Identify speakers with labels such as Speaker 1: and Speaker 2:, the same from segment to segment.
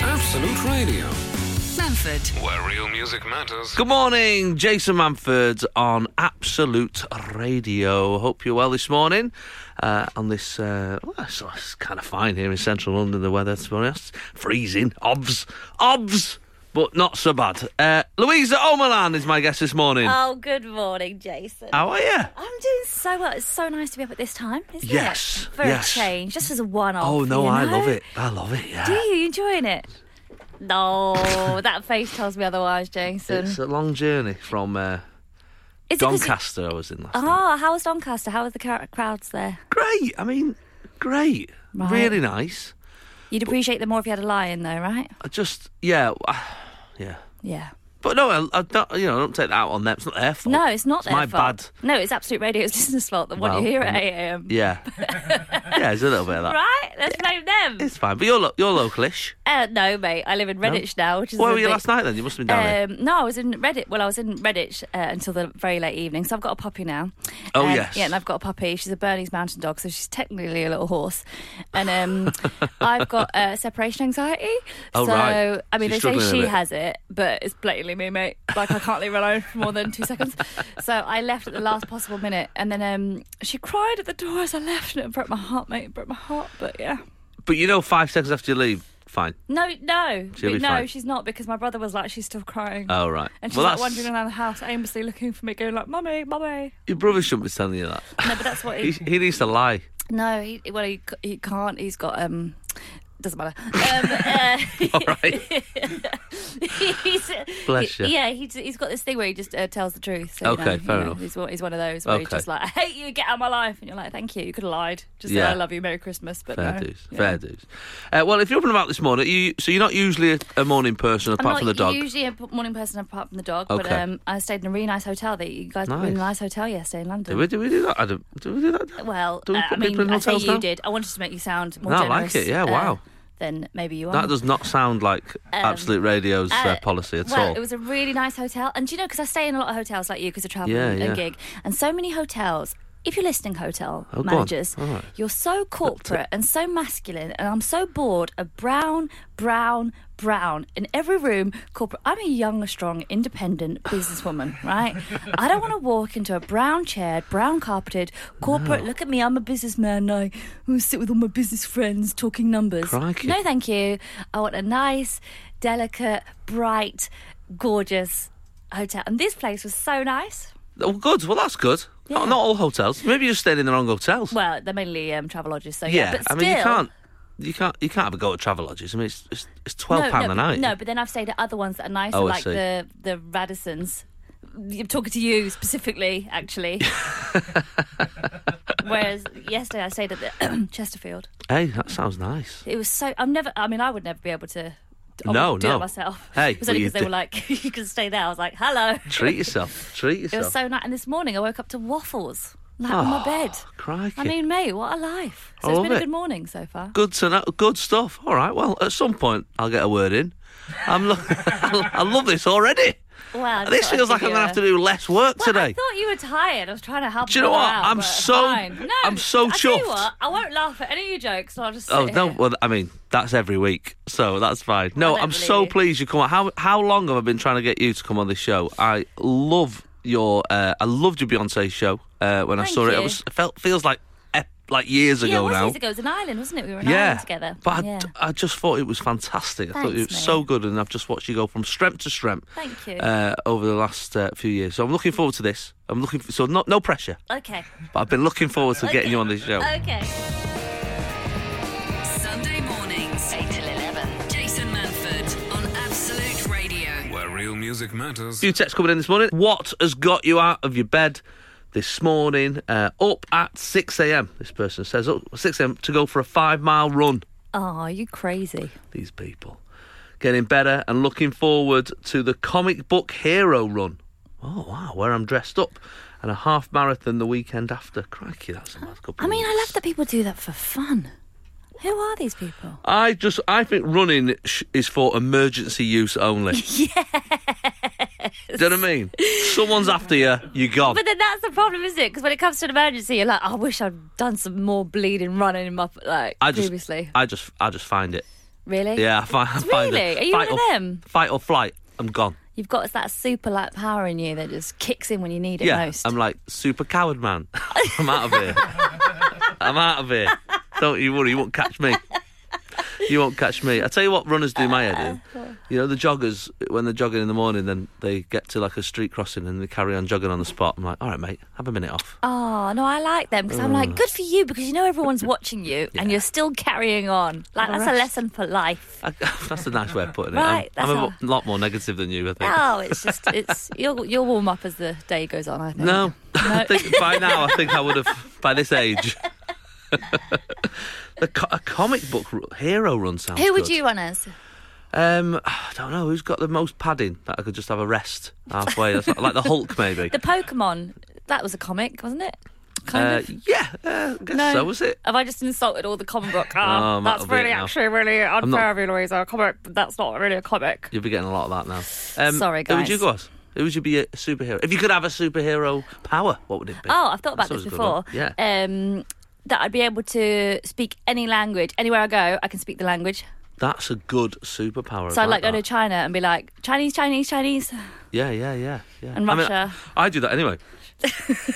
Speaker 1: Absolute Radio,
Speaker 2: Manford.
Speaker 1: where real music matters.
Speaker 3: Good morning, Jason Manford on Absolute Radio. Hope you're well this morning. Uh, on this, uh, well, it's, it's kind of fine here in central London, the weather, to be honest. Freezing, obs, obs, but not so bad. Uh, Louisa O'Malan is my guest this morning.
Speaker 4: Oh, good morning, Jason.
Speaker 3: How are you?
Speaker 4: I'm doing so well. It's so nice to be up at this time, isn't
Speaker 3: Yes,
Speaker 4: it? For
Speaker 3: yes.
Speaker 4: a change, just as a one-off.
Speaker 3: Oh, no,
Speaker 4: you
Speaker 3: I
Speaker 4: know?
Speaker 3: love it. I love it, yeah.
Speaker 4: Do you? You enjoying it? No, that face tells me otherwise, Jason.
Speaker 3: It's a long journey from uh,
Speaker 4: Is it 'cause you-
Speaker 3: Doncaster, I was in last night.
Speaker 4: Ah, how was Doncaster? How were the car- crowds there?
Speaker 3: Great, I mean, great.
Speaker 4: Right.
Speaker 3: Really nice.
Speaker 4: You'd appreciate them more if you had a lion, though, right?
Speaker 3: I just, yeah, yeah.
Speaker 4: Yeah.
Speaker 3: But no, I, I don't. You know, I don't take that out on them. It's not their fault.
Speaker 4: No, it's not
Speaker 3: It's
Speaker 4: their
Speaker 3: my
Speaker 4: fault. No, it's Absolute Radio's listeners' fault that want you
Speaker 3: Well,
Speaker 4: here at
Speaker 3: um,
Speaker 4: 8 a.m.
Speaker 3: bad. Yeah, yeah. There's a little bit of that.
Speaker 4: Right? Let's blame them.
Speaker 3: It's fine. But you're lo- you're localish.
Speaker 4: Uh, no, mate. I live in Redditch now, which is
Speaker 3: Where
Speaker 4: a
Speaker 3: were you
Speaker 4: bit-
Speaker 3: last night then? You must have been down there.
Speaker 4: Um, no, I was in Reddit. Well, I was in Redditch uh, until the very late evening. So I've got a puppy now.
Speaker 3: Oh,
Speaker 4: Um,
Speaker 3: yes.
Speaker 4: Yeah, and I've got a puppy. She's a Bernese Mountain Dog, so she's technically a little horse. And um, I've got uh, separation anxiety.
Speaker 3: Oh,
Speaker 4: so
Speaker 3: right.
Speaker 4: I mean,
Speaker 3: She's
Speaker 4: they
Speaker 3: struggling a
Speaker 4: say she
Speaker 3: bit.
Speaker 4: has it, but it's blatantly me, mate. Like I can't leave her alone for more than two seconds. So I left at the last possible minute, and then um, she cried at the door as I left, and it broke my heart, mate. It broke my heart, but yeah.
Speaker 3: But you know, five seconds after you leave, fine.
Speaker 4: No, no,
Speaker 3: She'll be
Speaker 4: no,
Speaker 3: fine.
Speaker 4: she's not because my brother was like, she's still crying.
Speaker 3: Oh right.
Speaker 4: And she's
Speaker 3: well,
Speaker 4: like
Speaker 3: that's
Speaker 4: wandering around the house, aimlessly looking for me, going like, "Mummy, mummy."
Speaker 3: your brother shouldn't be telling you that.
Speaker 4: No, but that's what
Speaker 3: he,
Speaker 4: he.
Speaker 3: he needs to lie.
Speaker 4: no, he well, he, c- he can't. He's got um. Doesn't matter. Um,
Speaker 3: All right.
Speaker 4: uh, he's,
Speaker 3: Bless
Speaker 4: he-
Speaker 3: you.
Speaker 4: yeah, he's, he's got this thing where he just uh, tells the truth. So, you
Speaker 3: Okay,
Speaker 4: know, you
Speaker 3: fair
Speaker 4: know,
Speaker 3: enough.
Speaker 4: He's, one- he's one of those where he's
Speaker 3: Okay.
Speaker 4: just like, "I hate you, get out of my life," and you're like, "Thank you, you could have lied. Just
Speaker 3: Yeah.
Speaker 4: said I love you, Merry Christmas." But
Speaker 3: Fair
Speaker 4: no,
Speaker 3: dues.
Speaker 4: yeah.
Speaker 3: Fair dues. Uh, well, if you're up and about this morning, you so you're not usually a, a morning person
Speaker 4: I'm
Speaker 3: apart
Speaker 4: not
Speaker 3: from the dog.
Speaker 4: usually a p- morning person apart from the dog, but
Speaker 3: Okay.
Speaker 4: um, I stayed in a really nice hotel. That you guys put me in a
Speaker 3: Nice.
Speaker 4: nice hotel yesterday in London.
Speaker 3: Do we do we do that? I don't, do we do that?
Speaker 4: Well,
Speaker 3: Do we
Speaker 4: uh, I
Speaker 3: put people in
Speaker 4: mean, I say
Speaker 3: hotels
Speaker 4: you
Speaker 3: now?
Speaker 4: did. I wanted to make you sound more
Speaker 3: No, I like
Speaker 4: generous.
Speaker 3: it. Yeah,
Speaker 4: uh,
Speaker 3: wow.
Speaker 4: Then maybe you are.
Speaker 3: That does not sound like Absolute Radio's uh,
Speaker 4: Um, Uh,
Speaker 3: policy at
Speaker 4: well,
Speaker 3: all.
Speaker 4: it was a really nice hotel, and do you know because I stay in a lot of hotels like you because I travel
Speaker 3: Yeah,
Speaker 4: and, and
Speaker 3: yeah.
Speaker 4: gig, and so many hotels. If you're listening, hotel
Speaker 3: Oh, go on.
Speaker 4: managers,
Speaker 3: All right.
Speaker 4: you're so corporate and so masculine, and I'm so bored of brown, brown, brown in every room. Corporate. I'm a young, strong, independent businesswoman, right? I don't want to walk into a brown chaired, brown carpeted corporate. Look at me, I'm a businessman. I I sit with all my business friends talking numbers.
Speaker 3: Crikey.
Speaker 4: No, thank you. I want a nice, delicate, bright, gorgeous hotel. And this place was so nice.
Speaker 3: Oh, good. Well, that's good.
Speaker 4: Yeah.
Speaker 3: Not, not all hotels. Maybe you're staying in the wrong hotels.
Speaker 4: Well, they're mainly um, travelodges, so yeah.
Speaker 3: yeah,
Speaker 4: but
Speaker 3: I
Speaker 4: still,
Speaker 3: mean, you can't, you can't, you can't have a go at Travelodges. I mean, it's it's, it's twelve
Speaker 4: no,
Speaker 3: pound
Speaker 4: no,
Speaker 3: a
Speaker 4: but-
Speaker 3: night.
Speaker 4: No, but then I've stayed at other ones that are nicer,
Speaker 3: Oh, I
Speaker 4: like
Speaker 3: see.
Speaker 4: the the Radissons. I'm talking to you specifically, actually. Whereas yesterday I stayed at the Chesterfield.
Speaker 3: hey, that sounds nice.
Speaker 4: It was so. I'm never. I mean, I would never be able to. I
Speaker 3: No,
Speaker 4: would do
Speaker 3: no.
Speaker 4: it myself.
Speaker 3: Hey,
Speaker 4: it was
Speaker 3: well,
Speaker 4: only
Speaker 3: you
Speaker 4: because they
Speaker 3: did-
Speaker 4: were like, "You can stay there." I was like, "Hello."
Speaker 3: Treat yourself. Treat
Speaker 4: It
Speaker 3: yourself.
Speaker 4: was so nice. And this morning I woke up to waffles, like on my bed.
Speaker 3: Crikey.
Speaker 4: I mean, mate, what a life.
Speaker 3: Ah, I
Speaker 4: So it's
Speaker 3: love
Speaker 4: been
Speaker 3: it.
Speaker 4: a good morning so far.
Speaker 3: good to know. Good stuff. All right. Well, at some point, I'll get a word in. I'm. Lo- I love this already.
Speaker 4: Wow. I just
Speaker 3: This
Speaker 4: thought I'd
Speaker 3: feels like
Speaker 4: give
Speaker 3: I'm
Speaker 4: you
Speaker 3: gonna
Speaker 4: a-
Speaker 3: have to do less work
Speaker 4: Well, I
Speaker 3: today.
Speaker 4: thought you were tired. I was trying to help
Speaker 3: Do you know
Speaker 4: people
Speaker 3: what?
Speaker 4: out,
Speaker 3: I'm
Speaker 4: but
Speaker 3: so-
Speaker 4: fine. No,
Speaker 3: I'm so
Speaker 4: I tell you
Speaker 3: chuffed.
Speaker 4: what, I won't laugh at any of your jokes. So I'll just. Sit
Speaker 3: Oh no!
Speaker 4: here.
Speaker 3: Well, I mean, that's every week, so that's fine. No,
Speaker 4: don't
Speaker 3: I'm
Speaker 4: believe
Speaker 3: so
Speaker 4: you.
Speaker 3: pleased you come on. How how long have I been trying to get you to come on this show? I love your, uh, I loved your Beyonce show uh, when I
Speaker 4: Thank
Speaker 3: saw it. It
Speaker 4: you.
Speaker 3: was it felt feels like ep- like years
Speaker 4: yeah, it
Speaker 3: ago
Speaker 4: was
Speaker 3: now.
Speaker 4: years ago. It was an island, wasn't it? We were an
Speaker 3: yeah,
Speaker 4: island together.
Speaker 3: but I,
Speaker 4: yeah.
Speaker 3: I just thought it was fantastic. I thought it was
Speaker 4: Thanks, mate.
Speaker 3: so good, and I've just watched you go from strength to strength.
Speaker 4: Thank you.
Speaker 3: Uh, over the last uh, few years, so I'm looking forward to this. I'm looking for, so no no pressure,
Speaker 4: okay.
Speaker 3: but I've been looking forward to
Speaker 4: Okay.
Speaker 3: getting you on this show.
Speaker 4: Okay.
Speaker 2: Sunday mornings, 8 till 11. Jason Manford on Absolute Radio.
Speaker 1: Where real music matters.
Speaker 3: few texts coming in this morning. What has got you out of your bed this morning? Uh, up at 6 a.m. This person says up 6 a.m. to go for a five mile run.
Speaker 4: Oh, you crazy.
Speaker 3: These people getting better and looking forward to the comic book hero run. Oh wow, where I'm dressed up and a half marathon the weekend after. Crikey, that's a mad couple.
Speaker 4: I mean,
Speaker 3: of
Speaker 4: I
Speaker 3: weeks.
Speaker 4: love that people do that for fun. Who are these people?
Speaker 3: I just I think running sh- is for emergency use only. yes. Do you know what I mean? Someone's after you, you're gone.
Speaker 4: But then that's the problem, isn't it? Because when it comes to an emergency, you're like, I wish I'd done some more bleeding running in my like
Speaker 3: I just,
Speaker 4: previously.
Speaker 3: I just, I just find it
Speaker 4: Really?
Speaker 3: Yeah, I find, I find it-
Speaker 4: Really? Are you
Speaker 3: fight
Speaker 4: one
Speaker 3: or,
Speaker 4: of them?
Speaker 3: Fight or flight. I'm gone.
Speaker 4: You've got that super light power in you that just kicks in when you need it
Speaker 3: yeah,
Speaker 4: most.
Speaker 3: I'm like super coward man. I'm out of here. I'm out of here. Don't you worry, you won't catch me. You won't catch me. I tell you what, runners do my head in. You know the joggers when they're jogging in the morning, then they get to like a street crossing and they carry on jogging on the spot. I'm like, all right, mate, have a minute off.
Speaker 4: Oh, no, I like them because I'm like, good for you because you know everyone's watching you and you're still carrying on. Like, that's a lesson for life.
Speaker 3: I, that's a nice way of putting it.
Speaker 4: Right,
Speaker 3: I'm, I'm a,
Speaker 4: that's
Speaker 3: lot more negative than you, I think.
Speaker 4: Oh, it's just, it's, you'll, you'll warm up as the day goes on, I think.
Speaker 3: No, I think by now I think I would have by this age. the co- a comic book ru- hero run sounds.
Speaker 4: Who would
Speaker 3: good.
Speaker 4: you run as?
Speaker 3: Um, I don't know who's got the most padding that I could just have a rest halfway. That's like, like the Hulk, maybe.
Speaker 4: The Pokemon, that was a comic, wasn't it? Kind
Speaker 3: uh,
Speaker 4: of.
Speaker 3: yeah, uh, I guess
Speaker 4: No.
Speaker 3: so. Was it?
Speaker 4: Have I just insulted all the comic book?
Speaker 3: Oh,
Speaker 4: Ah,
Speaker 3: I'm out
Speaker 4: that's
Speaker 3: of it
Speaker 4: really,
Speaker 3: now.
Speaker 4: actually, really unfair
Speaker 3: not-
Speaker 4: of you, Louisa. A comic, that's not really a comic.
Speaker 3: You'll be getting a lot of that now. Um,
Speaker 4: Sorry,
Speaker 3: Who would you
Speaker 4: guys.
Speaker 3: go as? Who would you be a superhero? If you could have a superhero power, what would it be?
Speaker 4: Oh, I've thought about
Speaker 3: That's
Speaker 4: this
Speaker 3: always
Speaker 4: before.
Speaker 3: a good one.
Speaker 4: Um, that I'd be able to speak any language. Anywhere I go, I can speak the language.
Speaker 3: That's a good superpower.
Speaker 4: So
Speaker 3: I
Speaker 4: I'd like
Speaker 3: that.
Speaker 4: go to China and be like, Chinese, Chinese, Chinese,
Speaker 3: Yeah, yeah, yeah, yeah.
Speaker 4: And
Speaker 3: I mean,
Speaker 4: Russia.
Speaker 3: I, do that anyway,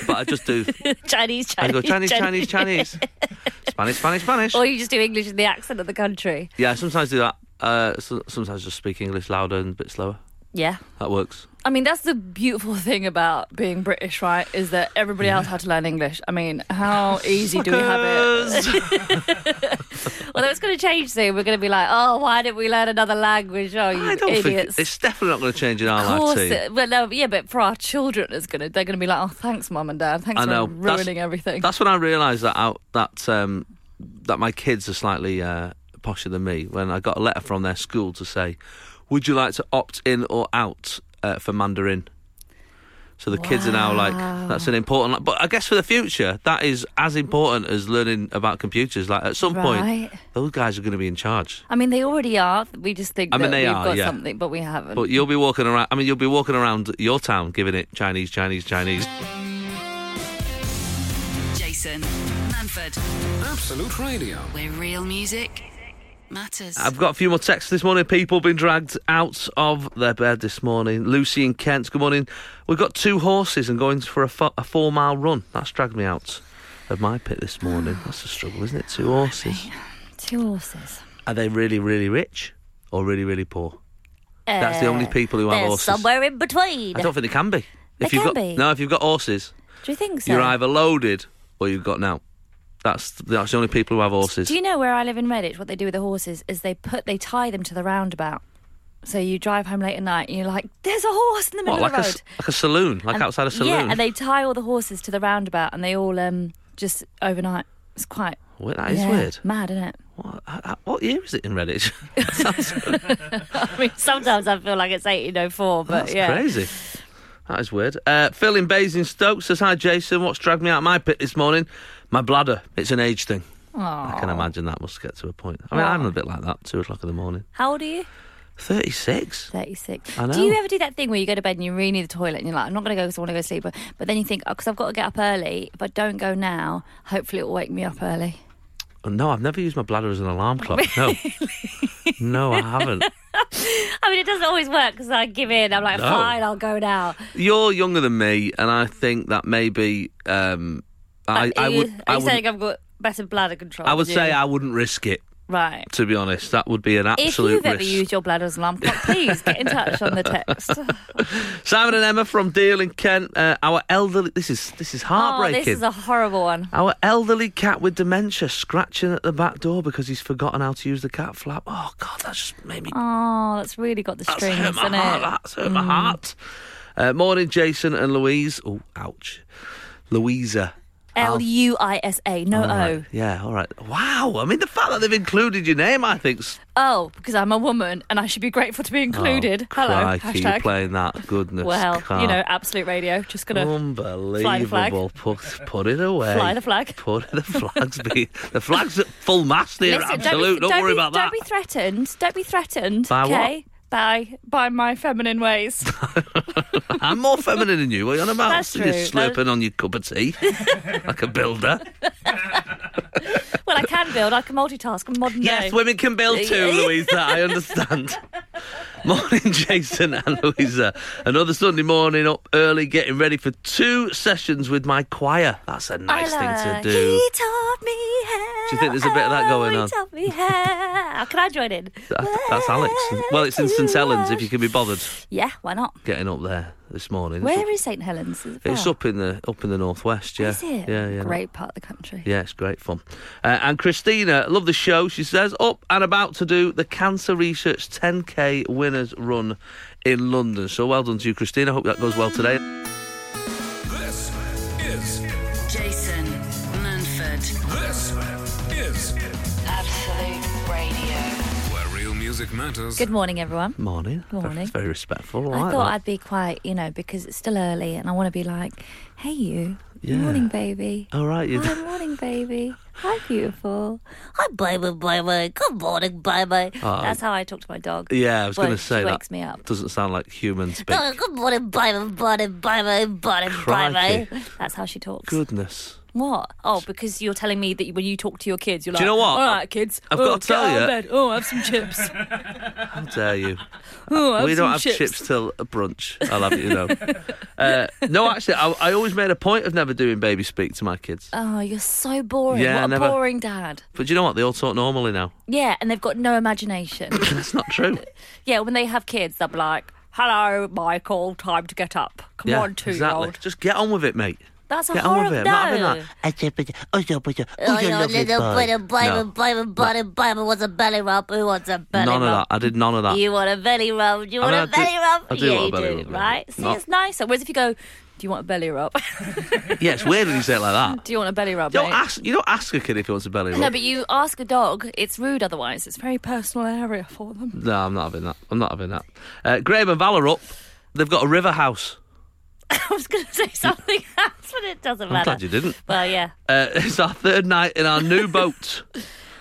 Speaker 3: but I just do.
Speaker 4: Chinese, Chinese.
Speaker 3: I go Chinese, Chinese, Chinese, Spanish, Spanish, Spanish.
Speaker 4: Or you just do English in the accent of the country.
Speaker 3: Yeah, I sometimes do that. Uh, so, sometimes just speak English louder and a bit slower.
Speaker 4: Yeah.
Speaker 3: That works.
Speaker 4: I mean, that's the beautiful thing about being British, right? Is that everybody else had to learn English. I mean, how easy do we have it?
Speaker 3: Fuckers!
Speaker 4: Although it's going to change soon. We're going to be like, oh, why didn't we learn another language? Oh, you
Speaker 3: I don't
Speaker 4: idiots.
Speaker 3: think it's definitely not going to change in
Speaker 4: of course,
Speaker 3: RRT.
Speaker 4: it, well, no, yeah, but for our children, it's gonna they're gonna be like, oh, thanks, mum and dad, thanks
Speaker 3: I know.
Speaker 4: for
Speaker 3: That's-
Speaker 4: ruining everything.
Speaker 3: That's when I realised that out that um, that my kids are slightly uh, posher than me. When I got a letter from their school to say, "Would you like to opt in or out uh, for Mandarin?" So the kids are now like, "That's an important." But I guess for the future, that is as important as learning about computers. Like at some
Speaker 4: Right.
Speaker 3: point, those guys are going to be in charge.
Speaker 4: I mean, they already are. We just think
Speaker 3: I mean,
Speaker 4: that
Speaker 3: they
Speaker 4: we've
Speaker 3: are,
Speaker 4: got
Speaker 3: yeah.
Speaker 4: something, but we haven't.
Speaker 3: But you'll be walking around. I mean, you'll be walking around your town giving it Chinese, Chinese, Chinese.
Speaker 2: Jason Manford,
Speaker 1: Absolute Radio.
Speaker 2: where real music matters.
Speaker 3: I've got a few more texts this morning. People being dragged out of their bed this morning. Lucy and Kent, good morning. We've got two horses and going for a, fo- a four mile run. That's dragged me out of my pit this morning. That's a struggle, isn't it? Two horses.
Speaker 4: Two horses.
Speaker 3: Are they really, really rich or really, really poor? That's the only people who have
Speaker 4: they're
Speaker 3: horses.
Speaker 4: Uh, Somewhere in between.
Speaker 3: I don't think they can be.
Speaker 4: They
Speaker 3: you've
Speaker 4: can
Speaker 3: got,
Speaker 4: be.
Speaker 3: No, if you've got horses,
Speaker 4: Do you think so?
Speaker 3: you're either loaded or you've got now. That's that's the only people who have horses.
Speaker 4: Do you know where I live in Redditch? What they do with the horses is they put they tie them to the roundabout. So you drive home late at night and you're like, there's a horse in the middle
Speaker 3: what, like a,
Speaker 4: of the
Speaker 3: s-
Speaker 4: road.
Speaker 3: like a saloon, like
Speaker 4: And-
Speaker 3: outside a saloon?
Speaker 4: Yeah, and they tie all the horses to the roundabout and they all um just overnight. It's quite
Speaker 3: Well, that is
Speaker 4: yeah,
Speaker 3: weird.
Speaker 4: Mad, isn't it?
Speaker 3: What, I- I- what year is it in Redditch?
Speaker 4: I mean, sometimes I feel like it's 1804, but
Speaker 3: That's
Speaker 4: yeah.
Speaker 3: crazy. That is weird. Uh, Phil in Basingstoke says, Hi, Jason. What's dragged me out of my pit this morning? My bladder. It's an age thing. I can imagine that must get to a point. I mean, I'm a bit like that, two o'clock in the morning.
Speaker 4: How old are you?
Speaker 3: 36?
Speaker 4: 36.
Speaker 3: I
Speaker 4: Do you
Speaker 3: know.
Speaker 4: ever do that thing where you go to bed and you really need the toilet and you're like, I'm not going to go because I want to go to sleep? But, but then you think, oh, because I've got to get up early. If I don't go now, hopefully it will wake me up early.
Speaker 3: Oh, no, I've never used my bladder as an alarm clock. No. no, I haven't.
Speaker 4: I mean, it doesn't always work because I give in. I'm like,
Speaker 3: No.
Speaker 4: fine, I'll go now.
Speaker 3: You're younger than me, and I think that maybe um, I,
Speaker 4: But
Speaker 3: I
Speaker 4: are you,
Speaker 3: would.
Speaker 4: Are
Speaker 3: I
Speaker 4: you
Speaker 3: would,
Speaker 4: saying I've got better bladder control?
Speaker 3: I would
Speaker 4: than
Speaker 3: say
Speaker 4: you?
Speaker 3: I wouldn't risk it.
Speaker 4: Right.
Speaker 3: To be honest, that would be an
Speaker 4: If
Speaker 3: absolute
Speaker 4: you've
Speaker 3: risk.
Speaker 4: ever used your bladder as an alarm clock, please get in touch on the text. Oh,
Speaker 3: Simon and Emma from Deal in Kent. Uh, our elderly. This is this is
Speaker 4: oh,
Speaker 3: heartbreaking.
Speaker 4: this is a horrible one.
Speaker 3: Our elderly cat with dementia scratching at the back door because he's forgotten how to use the cat flap. Oh God, that just made me.
Speaker 4: Oh, that's really got the
Speaker 3: that's
Speaker 4: strings,
Speaker 3: hurt my
Speaker 4: isn't
Speaker 3: heart.
Speaker 4: it? Mm.
Speaker 3: That's hurt my heart. Uh, morning, Jason and Louise. Oh, ouch. Louisa.
Speaker 4: L U I S A, no
Speaker 3: All
Speaker 4: O.
Speaker 3: right. Yeah, all right. Wow. I mean, the fact that they've included your name, I think.
Speaker 4: Oh, because I'm a woman and I should be grateful to be included. Hello,
Speaker 3: Oh, crikey,
Speaker 4: hashtag.
Speaker 3: you playing that. Goodness.
Speaker 4: well, you
Speaker 3: can't. Oh,
Speaker 4: know, absolute radio. Just gonna.
Speaker 3: Unbelievable. Put, put it away.
Speaker 4: Fly the flag.
Speaker 3: Put the flags. Be, the flag's at full mast here.
Speaker 4: Listen,
Speaker 3: absolute.
Speaker 4: don't, be,
Speaker 3: worry
Speaker 4: be,
Speaker 3: about
Speaker 4: don't
Speaker 3: that.
Speaker 4: be threatened. Don't be threatened.
Speaker 3: By what?
Speaker 4: okay? By by my feminine ways.
Speaker 3: I'm more feminine than you. What are you on about?
Speaker 4: That's
Speaker 3: You're
Speaker 4: true.
Speaker 3: slurping on your cup of tea like a builder.
Speaker 4: Well, I can build. I can multitask. I'm modern
Speaker 3: Yes,
Speaker 4: day.
Speaker 3: women can build too,
Speaker 4: Yeah.
Speaker 3: Louisa. I understand. morning, Jason and Louisa. Another Sunday morning up early, getting ready for two sessions with my choir. That's a nice thing to do.
Speaker 4: He taught me how.
Speaker 3: Do you think there's a bit of that going
Speaker 4: he
Speaker 3: on?
Speaker 4: taught me how. Can I join in?
Speaker 3: That- That's Alex. Well, it's in St Helens if you can be bothered
Speaker 4: Yeah, why not?
Speaker 3: getting up there this morning.
Speaker 4: Where
Speaker 3: it's
Speaker 4: is St Helens? Is it
Speaker 3: up, it's
Speaker 4: far?
Speaker 3: up in the up in the northwest. Yeah,
Speaker 4: Is it?
Speaker 3: yeah, yeah.
Speaker 4: Great part of the country.
Speaker 3: Yeah, it's great fun. Uh, and Christina, love the show. She says, up and about to do the Cancer Research 10K Winners Run in London. So well done to you, Christina. Hope that goes well today.
Speaker 1: This is
Speaker 2: Jason Manford.
Speaker 1: this is
Speaker 2: Absolute Radio.
Speaker 1: where real music matters.
Speaker 4: Good morning, everyone.
Speaker 3: Morning.
Speaker 4: Morning.
Speaker 3: That's very respectful. I
Speaker 4: I
Speaker 3: like
Speaker 4: thought
Speaker 3: that.
Speaker 4: I'd be quite, you know, because it's still early and I want to be like, hey, you.
Speaker 3: Yeah.
Speaker 4: Morning, baby.
Speaker 3: All right, you.
Speaker 4: Hi, morning, baby. Hi, beautiful. Hi, baby, baby. Good morning, baby.
Speaker 3: Oh.
Speaker 4: That's how I talk to my dog.
Speaker 3: Yeah, I was
Speaker 4: Well,
Speaker 3: going to say
Speaker 4: she
Speaker 3: that
Speaker 4: wakes me up.
Speaker 3: doesn't sound like human speak.
Speaker 4: Oh, good morning, baby, baby, baby, baby,
Speaker 3: Crikey.
Speaker 4: baby. That's how she talks.
Speaker 3: Goodness.
Speaker 4: What? Oh, because you're telling me that when you talk to your kids, you're like,
Speaker 3: Do you know what?
Speaker 4: All right, kids.
Speaker 3: I've
Speaker 4: oh,
Speaker 3: got to tell
Speaker 4: get out
Speaker 3: you-
Speaker 4: of bed. Oh, have some chips.
Speaker 3: How dare you?
Speaker 4: Oh, have
Speaker 3: we
Speaker 4: some
Speaker 3: don't have chips. till brunch. I'll have it, you know. uh, no, actually, I, I always made a point of never doing baby speak to my kids.
Speaker 4: Oh, you're so boring.
Speaker 3: Yeah,
Speaker 4: what a
Speaker 3: never-
Speaker 4: boring dad.
Speaker 3: But do you know what? They all talk normally now.
Speaker 4: Yeah, and they've got no imagination.
Speaker 3: That's not true.
Speaker 4: yeah, when they have kids, they'll be like, hello, Michael, time to get up. Come on, two
Speaker 3: exactly.
Speaker 4: year old.
Speaker 3: Just get on with it, mate.
Speaker 4: That's a
Speaker 3: Get on with
Speaker 4: horrible
Speaker 3: it. I'm not having
Speaker 4: no.
Speaker 3: that.
Speaker 5: I said, but oh, no, but oh,
Speaker 6: Oh,
Speaker 5: you're
Speaker 6: your
Speaker 5: lovely
Speaker 6: little
Speaker 5: boy.
Speaker 6: butter,
Speaker 3: No.
Speaker 6: butter, butter, butter, butter. What's a belly rub? Who wants a belly
Speaker 3: None of
Speaker 6: rub?
Speaker 3: that. I did none of that.
Speaker 6: You want a belly rub? You
Speaker 3: I
Speaker 6: want
Speaker 3: mean,
Speaker 6: a
Speaker 3: I do-
Speaker 6: belly rub?
Speaker 3: I do
Speaker 6: yeah,
Speaker 3: want a
Speaker 6: you
Speaker 3: belly
Speaker 6: do,
Speaker 3: rub, yeah.
Speaker 6: right?
Speaker 4: See,
Speaker 3: Not-
Speaker 4: it's nicer. Whereas if you go, do you want a belly rub?
Speaker 3: yeah, it's weird when you say it like that.
Speaker 4: do you want a belly rub?
Speaker 3: You don't
Speaker 4: mate?
Speaker 3: ask. You don't ask a kid if he wants a belly rub.
Speaker 4: No, but you ask a dog, it's rude otherwise. It's a very personal area for them.
Speaker 3: No, I'm not having that. I'm not having that. Uh, Graham and Val are up. They've got a river house.
Speaker 4: I was going to say something else, but it doesn't
Speaker 3: Mm. I'm
Speaker 4: matter.
Speaker 3: glad you didn't.
Speaker 4: Well, yeah.
Speaker 3: Uh, it's our third night in our new boat.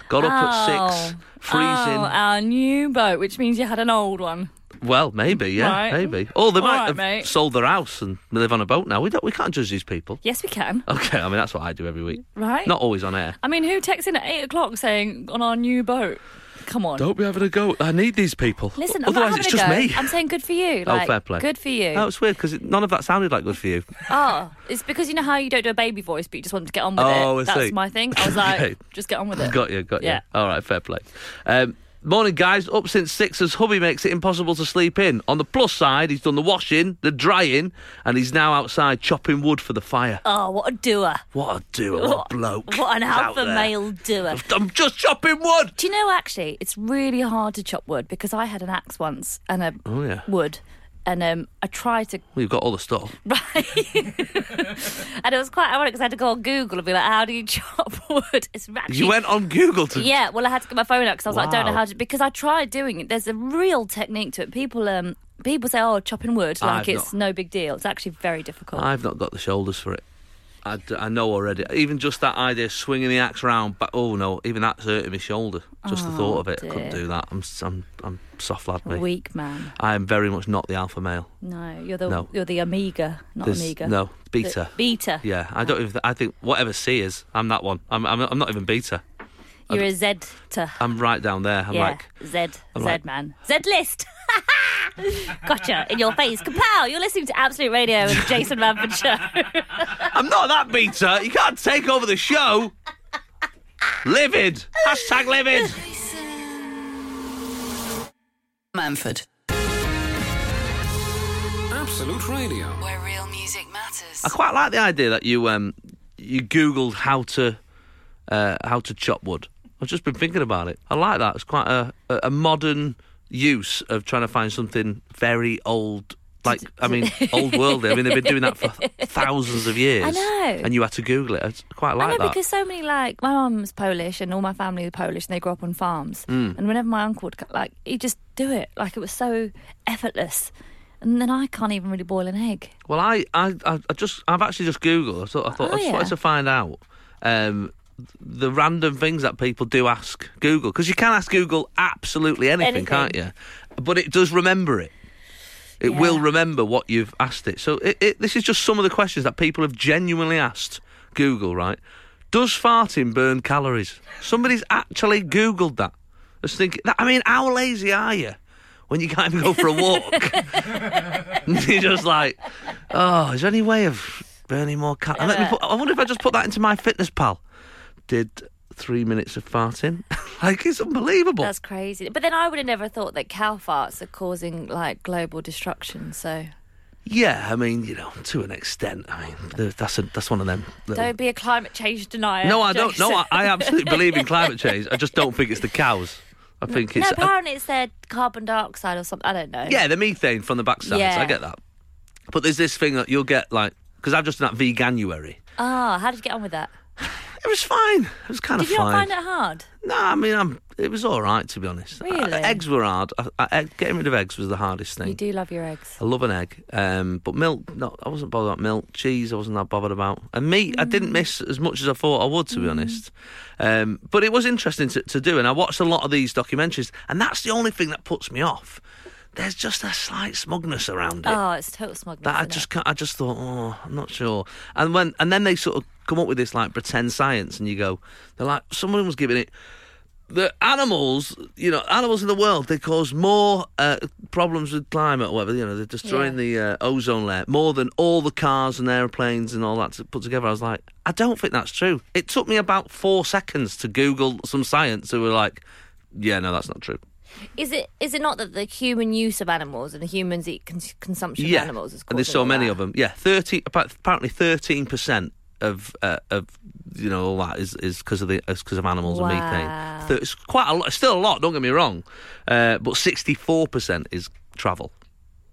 Speaker 3: Got up at six, freezing.
Speaker 4: Oh, our new boat, which means you had an old one.
Speaker 3: Well, maybe, yeah,
Speaker 4: Right.
Speaker 3: maybe. Or they
Speaker 4: All
Speaker 3: might
Speaker 4: right,
Speaker 3: have
Speaker 4: mate.
Speaker 3: sold their house and live on a boat now. We don't. We can't judge these people.
Speaker 4: Yes, we can.
Speaker 3: Okay, I mean that's what I do every week.
Speaker 4: Right?
Speaker 3: Not always on air.
Speaker 4: I mean, who texts in at eight o'clock saying on our new boat? Come on.
Speaker 3: Don't be having a go. I need these people.
Speaker 4: Listen, I'm
Speaker 3: otherwise
Speaker 4: not having
Speaker 3: it's
Speaker 4: a
Speaker 3: just
Speaker 4: go.
Speaker 3: me.
Speaker 4: I'm saying good for you.
Speaker 3: Oh,
Speaker 4: Like,
Speaker 3: fair play. Oh.
Speaker 4: Good for you.
Speaker 3: No, it's weird because none of that sounded like good for you.
Speaker 4: Oh, it's because you know how you don't do a baby voice, but you just want to get on with
Speaker 3: Oh, I
Speaker 4: it. That's
Speaker 3: see.
Speaker 4: my thing. I was
Speaker 3: Okay.
Speaker 4: like, just get on with it.
Speaker 3: got you, got
Speaker 4: Yeah.
Speaker 3: you. All right, fair play. Um, morning, guys. Up since six as hubby makes it impossible to sleep in. On the plus side, he's done the washing, the drying, and he's now outside chopping wood for the fire.
Speaker 4: Oh, what a doer.
Speaker 3: What a doer, what a bloke.
Speaker 4: What an
Speaker 3: is out
Speaker 4: alpha
Speaker 3: there.
Speaker 4: male doer.
Speaker 3: I'm just chopping wood.
Speaker 4: Do you know actually, it's really hard to chop wood because I had an axe once and a
Speaker 3: Oh, yeah. Well,
Speaker 4: wood, and um, I tried to
Speaker 3: you've got all the stuff.
Speaker 4: right, and it was quite ironic because I had to go on Google and be like, "How do you chop wood?" It's actually
Speaker 3: You went on Google to.
Speaker 4: yeah. Well, I had to get my phone out because I was like, "I don't know
Speaker 3: Wow.
Speaker 4: how to," because I tried doing it. There's a real technique to it. People um. People say, "Oh, chopping wood, like
Speaker 3: I've
Speaker 4: it's
Speaker 3: not-
Speaker 4: no big deal." It's actually very difficult.
Speaker 3: I've not got the shoulders for it. I, d- I know already. Even just that idea of swinging the axe round, but oh no, even that's hurting my shoulder. Just the thought of it, I couldn't
Speaker 4: Oh, dear.
Speaker 3: do that. I'm, s- I'm, I'm soft lad, mate.
Speaker 4: Weak man.
Speaker 3: I am very much not the alpha male.
Speaker 4: No, you're the
Speaker 3: No.
Speaker 4: you're the Amiga, not
Speaker 3: There's-
Speaker 4: Amiga.
Speaker 3: No,
Speaker 4: The-
Speaker 3: beta.
Speaker 4: Beta.
Speaker 3: yeah, I don't even. I think whatever C is, I'm that one. I'm, I'm, I'm not even beta.
Speaker 4: You're a Z to
Speaker 3: I'm right down there. I'm
Speaker 4: yeah,
Speaker 3: like,
Speaker 4: Zed,
Speaker 3: I'm
Speaker 4: Zed
Speaker 3: like-
Speaker 4: man, Zed list. gotcha in your face, kapow! You're listening to Absolute Radio and the Jason Manford Show.
Speaker 3: I'm not that beta. You can't take over the show. livid. Hashtag livid.
Speaker 2: Manford.
Speaker 1: Absolute Radio.
Speaker 2: Where real music matters.
Speaker 3: I quite like the idea that you um you googled how to uh, how to chop wood. I've just been thinking about it. I like that. It's quite a a a modern use of trying to find something very old. Like I mean, old worldly. I mean, they've been doing that for thousands of years.
Speaker 4: I know.
Speaker 3: And you had to Google it. I s- quite like
Speaker 4: I know
Speaker 3: that.
Speaker 4: because so many like my mum's Polish and all my family are Polish and they grew up on farms.
Speaker 3: Hmm.
Speaker 4: And whenever my uncle would co- like, he'd just do it like it was so effortless. And then I can't even really boil an egg.
Speaker 3: Well, I, I, I I just, I've actually just Googled. I thought, I, thought, I
Speaker 4: Oh,
Speaker 3: just
Speaker 4: yeah.
Speaker 3: wanted to find out um, the random things that people do ask Google because you can ask Google absolutely anything,
Speaker 4: Anything.
Speaker 3: can't you? But it does remember it. It will
Speaker 4: Yeah.
Speaker 3: remember what you've asked it. So it, it, this is just some of the questions that people have genuinely asked Google, right? Does farting burn calories? Somebody's actually Googled that. Just thinking, I mean, how lazy are you when you can't even go for a walk? You're just like, oh, is there any way of burning more calories? Let me put, I wonder if I just put that into my fitness pal. Did three minutes of farting. like, it's unbelievable.
Speaker 4: That's crazy. But then I would have never thought that cow farts are causing like global destruction. So
Speaker 3: yeah, I mean, you know, to an extent. I mean, th- that's a, that's one of them. little-
Speaker 4: don't be a climate change denier.
Speaker 3: No, I don't. No, I,
Speaker 4: Jason.
Speaker 3: I absolutely believe in climate change. I just don't think it's the cows. I think
Speaker 4: No,
Speaker 3: it's uh,
Speaker 4: apparently it's their carbon dioxide or something. I don't know.
Speaker 3: yeah, the methane from the backside. I
Speaker 4: Yeah.
Speaker 3: get that. But there's this thing that you'll get like because I've just done that veganuary.
Speaker 4: Ah, how did you get on with that?
Speaker 3: It was fine. It was kind
Speaker 4: Did
Speaker 3: of
Speaker 4: you not
Speaker 3: fine.
Speaker 4: find it hard?
Speaker 3: No, I mean, I'm, it was all right to be honest. I-
Speaker 4: Really?
Speaker 3: eggs were hard. I, I, egg- getting rid of eggs was the hardest thing.
Speaker 4: You do love your eggs.
Speaker 3: I love an egg, um, but milk. No, I wasn't bothered about milk. Cheese, I wasn't that bothered about. And meat, I
Speaker 4: Mm.
Speaker 3: didn't miss as much as I thought I would, to be honest. Um, but it was interesting to, to do, and I watched a lot of these documentaries, and that's the only thing that puts me off. There's just a slight smugness around it
Speaker 4: Oh, it's total smugness.
Speaker 3: that I
Speaker 4: isn't it?
Speaker 3: just can't, I just thought, oh, I'm not sure. And when and then they sort of come up with this like pretend science, and you go, they're like someone was giving it. The animals, you know, animals in the world, they cause more uh, problems with climate or whatever. You know, they're destroying the uh, ozone layer more than all the cars and airplanes and all that to put together. I was like, I don't think that's true. It took me about four seconds to Google some science who were like, yeah, no, that's not true.
Speaker 7: Is it is it not that the human use of animals and the humans eat cons- consumption of animals is
Speaker 3: and there's
Speaker 7: causing
Speaker 3: so
Speaker 7: all
Speaker 3: many
Speaker 7: that?
Speaker 3: of them. Yeah, thirty about- apparently thirteen percent of uh, of you know all that is is because of the is because of animals and methane.
Speaker 4: Wow.
Speaker 3: Th- It's quite a lot, it's still a lot. Don't get me wrong, uh, but sixty four percent is travel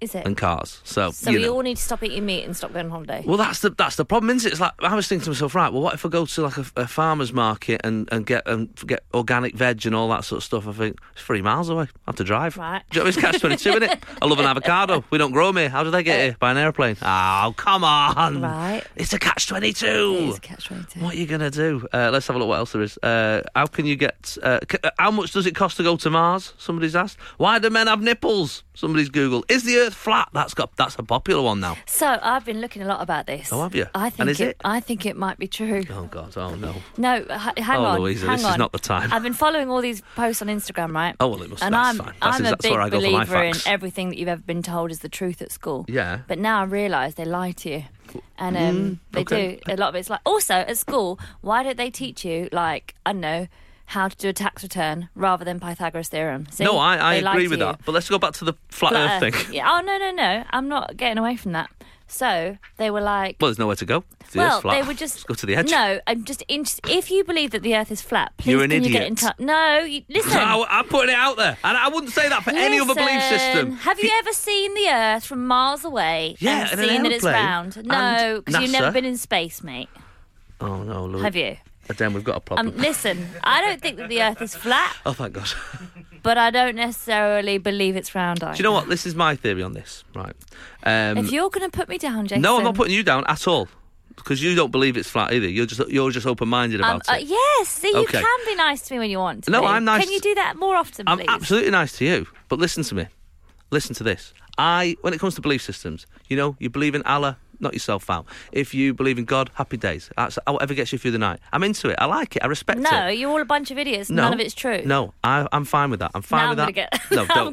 Speaker 4: Is it?
Speaker 3: and cars. So,
Speaker 7: So
Speaker 3: you
Speaker 7: we
Speaker 3: know.
Speaker 7: all need to stop eating meat and stop going on holiday.
Speaker 3: well, that's the that's the problem, isn't it? It's like I was thinking to myself, right? Well, what if I go to like a, a farmer's market and, and get and get organic veg and all that sort of stuff? I think it's three miles away. I have to drive.
Speaker 4: Right.
Speaker 3: Do you know what I mean? It's catch twenty two in it. I love an avocado. We don't grow 'em here. How did they get here by an airplane? Oh, come on!
Speaker 4: Right.
Speaker 3: It's a catch twenty
Speaker 4: It is
Speaker 3: two.
Speaker 4: a catch right
Speaker 3: What are you gonna do? Uh, let's have a look. What else there is? Uh, how can you get? Uh, c- uh, how much does it cost to go to Mars? Somebody's asked. Why do men have nipples? Somebody's Googled. Is the Earth flat? That's got. That's a popular one now.
Speaker 4: So I've been looking a lot about this.
Speaker 3: Oh, have you?
Speaker 4: I
Speaker 3: And
Speaker 4: think
Speaker 3: is it?
Speaker 4: I think it might be true.
Speaker 3: Oh God! Oh no!
Speaker 4: No, h- hang
Speaker 3: Oh,
Speaker 4: on.
Speaker 3: Louisa,
Speaker 4: hang
Speaker 3: this is
Speaker 4: on.
Speaker 3: not the time.
Speaker 4: I've been following all these posts on Instagram, right?
Speaker 3: Oh, well, it must-
Speaker 4: And
Speaker 3: that's
Speaker 4: I'm,
Speaker 3: fine. That's
Speaker 4: I'm
Speaker 3: ex-
Speaker 4: a
Speaker 3: that's
Speaker 4: big
Speaker 3: where I go for my
Speaker 4: believer in
Speaker 3: facts.
Speaker 4: everything that you've ever been told is the truth at school.
Speaker 3: Yeah. Mm,
Speaker 4: But now I realise they lie to you. And um, they
Speaker 3: okay.
Speaker 4: do. A lot of it's like, also at school, why don't they teach you, like, I don't know, how to do a tax return rather than Pythagoras theorem? See?
Speaker 3: No, I, I
Speaker 4: They lie
Speaker 3: agree
Speaker 4: to
Speaker 3: with
Speaker 4: you.
Speaker 3: that. But let's go back to the flat,
Speaker 4: But,
Speaker 3: Earth
Speaker 4: uh,
Speaker 3: thing.
Speaker 4: yeah. Oh, no, no, no. I'm not getting away from that. So they were like,
Speaker 3: Well, there's nowhere to go. The
Speaker 4: well,
Speaker 3: Earth's flat.
Speaker 4: they were just
Speaker 3: Let's go to the edge.
Speaker 4: No, I'm just interested. If you believe that the Earth is flat, please
Speaker 3: You're an
Speaker 4: can you
Speaker 3: idiot.
Speaker 4: get in touch? No, you, listen.
Speaker 3: I, I'm putting it out there, and I wouldn't say that for any other belief
Speaker 4: Listen.
Speaker 3: system.
Speaker 4: Have you ever seen the Earth from miles away
Speaker 3: Yeah,
Speaker 4: and
Speaker 3: in an
Speaker 4: seen that it's
Speaker 3: aeroplane.
Speaker 4: round?
Speaker 3: And
Speaker 4: No, because you've never
Speaker 3: NASA.
Speaker 4: been in space, mate.
Speaker 3: Oh no, Lou.
Speaker 4: Have you?
Speaker 3: Again, we've got a problem.
Speaker 4: Um, listen, I don't think that the Earth is flat,
Speaker 3: oh thank God.
Speaker 4: but I don't necessarily believe it's round. Either.
Speaker 3: Do you know what? This is my theory on this. Right. Um,
Speaker 4: If you're going to put me down, Jason.
Speaker 3: no, I'm not putting you down at all because you don't believe it's flat either. You're just you're just open minded
Speaker 4: Um,
Speaker 3: about
Speaker 4: uh,
Speaker 3: it.
Speaker 4: yes, see, you
Speaker 3: Okay.
Speaker 4: can be nice to me when you want. To
Speaker 3: No,
Speaker 4: be.
Speaker 3: I'm nice
Speaker 4: Can you
Speaker 3: to-
Speaker 4: do that more often,
Speaker 3: I'm
Speaker 4: please?
Speaker 3: absolutely nice to you, but listen to me. Listen to this. I, when it comes to belief systems, you know, you believe in Allah, knock yourself out. If you believe in God, happy days. That's whatever gets you through the night. I'm into it. I like it. I respect
Speaker 4: No,
Speaker 3: it.
Speaker 4: you're all a bunch of idiots.
Speaker 3: No,
Speaker 4: None of it's true.
Speaker 3: No, I, I'm fine with that. I'm fine with
Speaker 4: now I'm
Speaker 3: that.
Speaker 4: Gonna get,
Speaker 3: no,
Speaker 4: now
Speaker 3: don't.
Speaker 4: I'm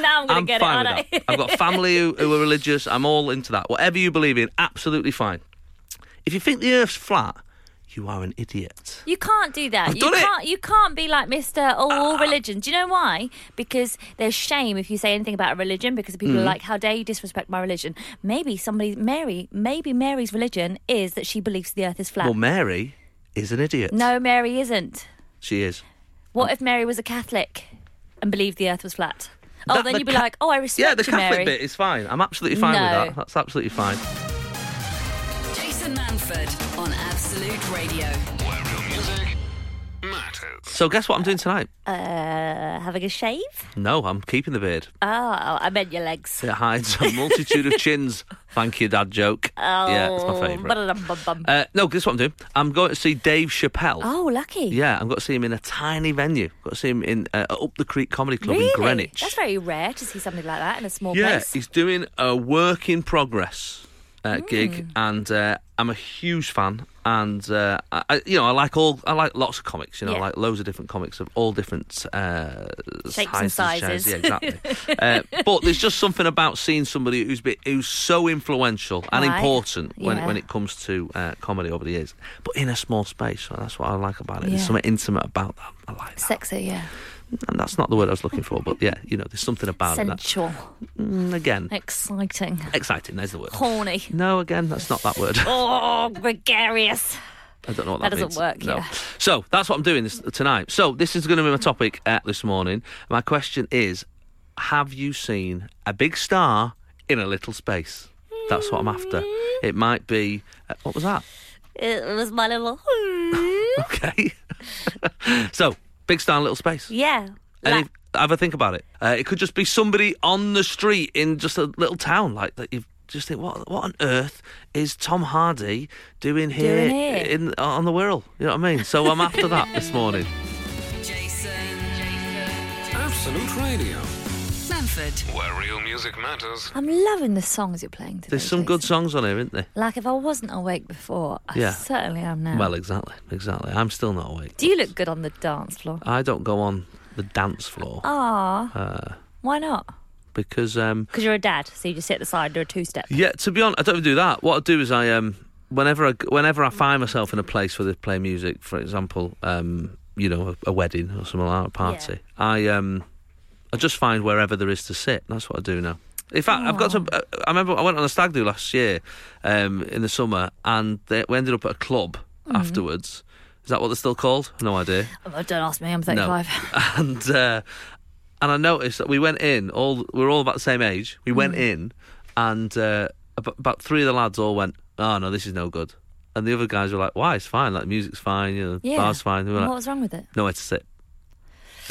Speaker 4: now I'm gonna
Speaker 3: I'm
Speaker 4: get
Speaker 3: fine
Speaker 4: it,
Speaker 3: with that.
Speaker 4: aren't I?
Speaker 3: I've got family who, who are religious. I'm all into that. Whatever you believe in, absolutely fine. If you think the Earth's flat, you are an idiot.
Speaker 4: You can't do that.
Speaker 3: I've
Speaker 4: you
Speaker 3: done it. Ah.
Speaker 4: can't. You can't be like Mister All all Religion. Do you know why? Because there's shame if you say anything about a religion. Because people
Speaker 3: Mm.
Speaker 4: are like, "How dare you disrespect my religion?" Maybe somebody, Mary. Maybe Mary's religion is that she believes the Earth is flat.
Speaker 3: Well, Mary is an idiot.
Speaker 4: no, Mary isn't.
Speaker 3: she is.
Speaker 4: What if Mary was a Catholic and believed the Earth was flat? Oh,
Speaker 3: That-
Speaker 4: then
Speaker 3: the
Speaker 4: you'd be
Speaker 3: Ca-
Speaker 4: like, "Oh, I
Speaker 3: Yeah,
Speaker 4: respect
Speaker 3: the
Speaker 4: you,
Speaker 3: Catholic
Speaker 4: Mary."
Speaker 3: bit is fine. I'm absolutely fine
Speaker 4: No.
Speaker 3: with that. That's absolutely fine.
Speaker 2: Jason Manford on Absolute Radio.
Speaker 8: Where real music matters.
Speaker 3: So, guess what I'm doing tonight?
Speaker 4: Uh, having a shave?
Speaker 3: No, I'm keeping the beard.
Speaker 4: Oh, I meant your legs.
Speaker 3: It hides a multitude of chins. Thank you, Dad joke. yeah, it's my
Speaker 4: Oh,
Speaker 3: favourite.
Speaker 4: ba-da-dum-bum-bum.
Speaker 3: Uh, no, guess what I'm doing? I'm going to see Dave Chappelle.
Speaker 4: Oh, lucky.
Speaker 3: Yeah, I've got to see him in a tiny venue. got to see him in uh, Up the Creek Comedy Club
Speaker 4: really?
Speaker 3: in Greenwich.
Speaker 4: That's very rare to see something like that in a small
Speaker 3: yeah,
Speaker 4: place.
Speaker 3: he's doing a work in progress. uh,
Speaker 4: Hmm.
Speaker 3: gig, and uh, I'm a huge fan. And uh, I, I- you know, I like all, I like lots of comics. You know, I
Speaker 4: Yeah.
Speaker 3: like loads of different comics of all different uh,
Speaker 4: Shapes and
Speaker 3: shades.
Speaker 4: sizes.
Speaker 3: Yeah, exactly. uh, but there's just something about seeing somebody who's been, who's so influential and
Speaker 4: Right.
Speaker 3: important when
Speaker 4: Yeah.
Speaker 3: when it comes to uh, comedy over the years, but in a small space. So that's what I like about it. There's
Speaker 4: Yeah.
Speaker 3: something intimate about that. I like that.
Speaker 4: Sexy, yeah.
Speaker 3: And that's not the word I was looking for, but yeah, you know, there's something about it.
Speaker 4: Sensual.
Speaker 3: Ah, That, mm, again,
Speaker 4: Exciting.
Speaker 3: exciting. There's the word.
Speaker 4: Horny.
Speaker 3: No, again, that's not that word.
Speaker 4: Oh, gregarious.
Speaker 3: I don't know what that,
Speaker 4: That doesn't
Speaker 3: means.
Speaker 4: work,
Speaker 3: No.
Speaker 4: yeah.
Speaker 3: So that's what I'm doing this, tonight. So this is going to be my topic uh, this morning. My question is: Have you seen a big star in a little space? That's what I'm after. It might be. Uh, what was that?
Speaker 4: It was my little.
Speaker 3: Okay. so big star in a little space.
Speaker 4: yeah.
Speaker 3: Any,
Speaker 4: Like,
Speaker 3: have a think about it. Uh, it could just be somebody on the street in just a little town like that. You just think, what what on earth is Tom Hardy doing here,
Speaker 4: Doing here.
Speaker 3: in uh, on the whirl? You know what I mean? So I'm after that this morning.
Speaker 2: Jason. Jason.
Speaker 1: Absolute Radio,
Speaker 2: Manford.
Speaker 1: where real music matters.
Speaker 4: I'm loving the songs you're playing today.
Speaker 3: There's some good
Speaker 4: Jason.
Speaker 3: songs on here, isn't there?
Speaker 4: Like, if I wasn't awake before, I
Speaker 3: Yeah.
Speaker 4: certainly am now.
Speaker 3: Well, exactly, exactly. I'm still not awake.
Speaker 4: Do you look good on the dance floor?
Speaker 3: I don't go on the dance floor
Speaker 4: Ah. Why not?
Speaker 3: because um,
Speaker 4: Because you're a dad, so you just sit at the side and do a two step.
Speaker 3: Yeah, to be honest, I don't even do that. What I do is I um whenever I whenever I find myself in a place where they play music, for example, um you know a, a wedding or something like that, a party, I um I just find wherever there is to sit. That's what I do now. In fact, I've got to. uh, I remember I went on a stag do last year um, in the summer, and they, we ended up at a club afterwards. Is that what they're still called? No idea
Speaker 4: Oh, don't ask me, I'm 35.
Speaker 3: and uh, and I noticed that we went in all we were all about the same age. We went
Speaker 4: Mm.
Speaker 3: in, and uh, about, about three of the lads all went, "Oh no, this is no good." And the other guys were like, "Why? It's fine. Like the music's fine. You know, the
Speaker 4: Yeah.
Speaker 3: bar's fine." We were
Speaker 4: And What
Speaker 3: like,
Speaker 4: was wrong with it?
Speaker 3: "Nowhere to sit."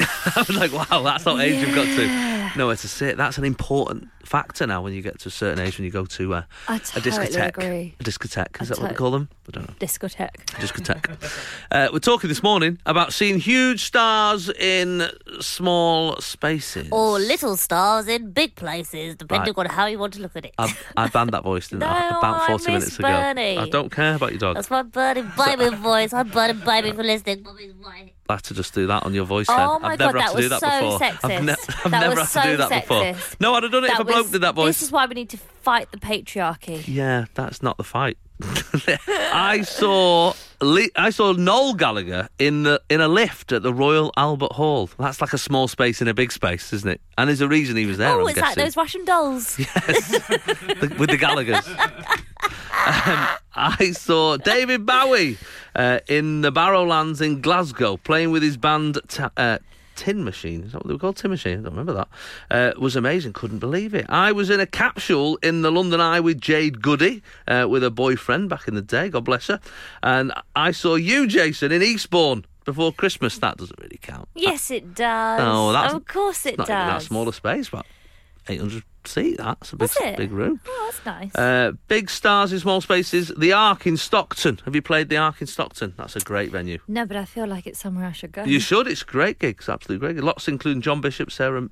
Speaker 3: I was like, "Wow, that's not age you've got to nowhere to sit." That's an important factor now when you get to a certain age when you go to uh,
Speaker 4: I
Speaker 3: a
Speaker 4: totally
Speaker 3: discotheque.
Speaker 4: agree.
Speaker 3: A discotheque is
Speaker 4: I
Speaker 3: that what they
Speaker 4: tot-
Speaker 3: call them? I don't know
Speaker 4: Discotheque.
Speaker 3: discotheque. uh, we're talking this morning about seeing huge stars in small spaces.
Speaker 9: or little stars in big places, depending on how you want to look at it.
Speaker 3: I, I banned that voice, didn't I?
Speaker 9: No,
Speaker 3: About
Speaker 9: I
Speaker 3: 40
Speaker 9: miss
Speaker 3: minutes ago.
Speaker 9: Bernie.
Speaker 3: I don't care about your dog.
Speaker 9: That's my Bernie Baby voice. I'm Bernie Baby for listening. Bobby's wife.
Speaker 3: I had to just do that on your voice then.
Speaker 4: Oh my
Speaker 3: I've never
Speaker 4: God,
Speaker 3: had to
Speaker 4: that
Speaker 3: do that
Speaker 4: was so
Speaker 3: before. I've,
Speaker 4: sexist.
Speaker 3: I've
Speaker 4: That
Speaker 3: never had
Speaker 4: was
Speaker 3: to do
Speaker 4: so
Speaker 3: that before.
Speaker 4: sexist.
Speaker 3: No, I'd have done it if a
Speaker 4: That
Speaker 3: bloke
Speaker 4: was-
Speaker 3: did that voice.
Speaker 4: This is why we need to fight the patriarchy.
Speaker 3: Yeah, that's not the fight. I saw Le- I saw Noel Gallagher in the in a lift at the Royal Albert Hall. That's like a small space in a big space, isn't it? And there's a reason he was there.
Speaker 4: oh,
Speaker 3: I'm
Speaker 4: it's like
Speaker 3: guessing.
Speaker 4: those Russian dolls.
Speaker 3: the, with the Gallagher's. Um, I saw David Bowie uh, in the Barrowlands in Glasgow playing with his band Ta- uh, Tin Machine. Is that what they were called? Tin Machine. I don't remember that. Uh, was amazing. Couldn't believe it. I was in a capsule in the London Eye with Jade Goody uh, with her boyfriend back in the day. God bless her. And I saw you, Jason, in Eastbourne before Christmas. That doesn't really count.
Speaker 4: yes, it does.
Speaker 3: No, Oh, that's-
Speaker 4: of course it
Speaker 3: Not even that
Speaker 4: does.
Speaker 3: smaller space, but 800 seat. That's a big,
Speaker 4: Was it?
Speaker 3: big room.
Speaker 4: Oh, that's nice.
Speaker 3: Uh, big stars in small spaces. The Ark in Stockton. Have you played the Ark in Stockton? That's a great venue.
Speaker 4: no, but I feel like it's somewhere I should go.
Speaker 3: You should. It's great gigs. Absolutely great. Lots including John Bishop, Sarah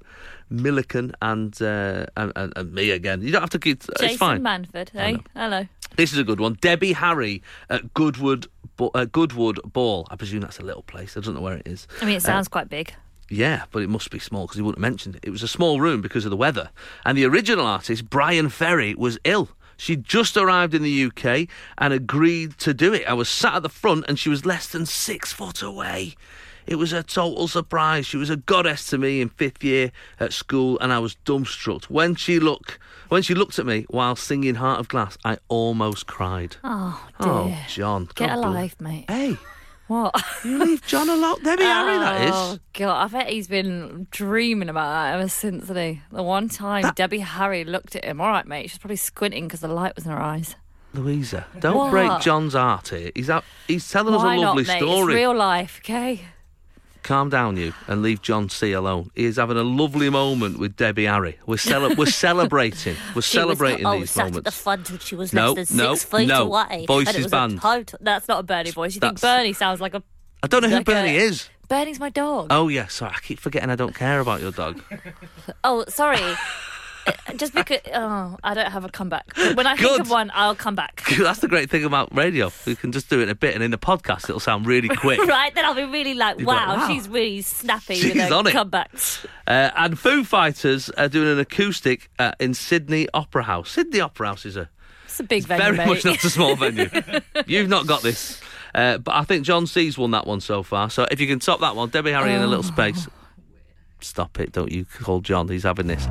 Speaker 3: Milliken, and uh, and, and, and me again. You don't have to keep.
Speaker 4: Jason
Speaker 3: it's fine.
Speaker 4: Manford, hey?
Speaker 3: know.
Speaker 4: Hello.
Speaker 3: This is a good one. Debbie Harry at Goodwood. Bo- uh, Goodwood Ball. I presume that's a little place. I don't know where it is.
Speaker 4: I mean, it sounds quite big.
Speaker 3: Yeah, but it must be small because he wouldn't have mentioned it. It was a small room because of the weather. And the original artist, Brian Ferry, was ill. She'd just arrived in the UK and agreed to do it. I was sat at the front and she was less than six foot away. It was a total surprise. She was a goddess to me in fifth year at school and I was dumbstruck. When she looked when she looked at me while singing Heart of Glass, I almost cried.
Speaker 4: Oh, dear.
Speaker 3: Oh, John.
Speaker 4: Get
Speaker 3: God
Speaker 4: a
Speaker 3: bless-
Speaker 4: life, mate.
Speaker 3: Hey,
Speaker 4: What?
Speaker 3: you leave John alone. Debbie Harry, eh, that is.
Speaker 4: Oh god, I bet he's been dreaming about that ever since the the one time Debbie Harry looked at him. All right, mate, she's probably squinting because the light was in her eyes.
Speaker 3: Louisa, don't
Speaker 4: What?
Speaker 3: break John's heart here. He's out, he's telling
Speaker 4: Why
Speaker 3: us a lovely
Speaker 4: not, mate?
Speaker 3: story.
Speaker 4: It's real life, okay?
Speaker 3: Calm down, you, and leave John C alone. He is having a lovely moment with Debbie Harry. We're, cele- we're celebrating. We're
Speaker 9: She
Speaker 3: celebrating
Speaker 9: was, oh,
Speaker 3: these
Speaker 9: sat at the
Speaker 3: moments.
Speaker 9: front and she was
Speaker 3: No,
Speaker 9: less than
Speaker 3: no,
Speaker 9: six feet
Speaker 3: no.
Speaker 9: away.
Speaker 3: Voice
Speaker 9: and it
Speaker 3: is
Speaker 9: was
Speaker 3: banned.
Speaker 9: A total,
Speaker 4: That's not a Bernie voice. You think
Speaker 3: That's-
Speaker 4: Bernie sounds like a
Speaker 3: I don't know who
Speaker 4: Like
Speaker 3: Bernie
Speaker 4: a-
Speaker 3: is. Uh,
Speaker 4: Bernie's my dog?
Speaker 3: Oh, yeah, sorry. I keep forgetting I don't care about your dog.
Speaker 4: Oh, sorry. just because. Oh, I don't have a comeback. When I think
Speaker 3: Good.
Speaker 4: of one, I'll come back.
Speaker 3: That's the great thing about radio. You can just do it in a bit, and in the podcast, it'll sound really quick.
Speaker 4: Right, then I'll be really like,
Speaker 3: be like,
Speaker 4: wow,
Speaker 3: wow.
Speaker 4: she's really snappy
Speaker 3: She's
Speaker 4: with her
Speaker 3: on it.
Speaker 4: comebacks.
Speaker 3: Uh, and Foo Fighters are doing an acoustic uh, in Sydney Opera House. Sydney Opera House is a
Speaker 4: It's a big venue,
Speaker 3: very
Speaker 4: mate.
Speaker 3: much not a small venue. You've not got this. Uh, but I think John C's won that one so far. So if you can top that one, Debbie Harry in a
Speaker 4: Oh.
Speaker 3: little space. Stop it, don't you call John. He's having this.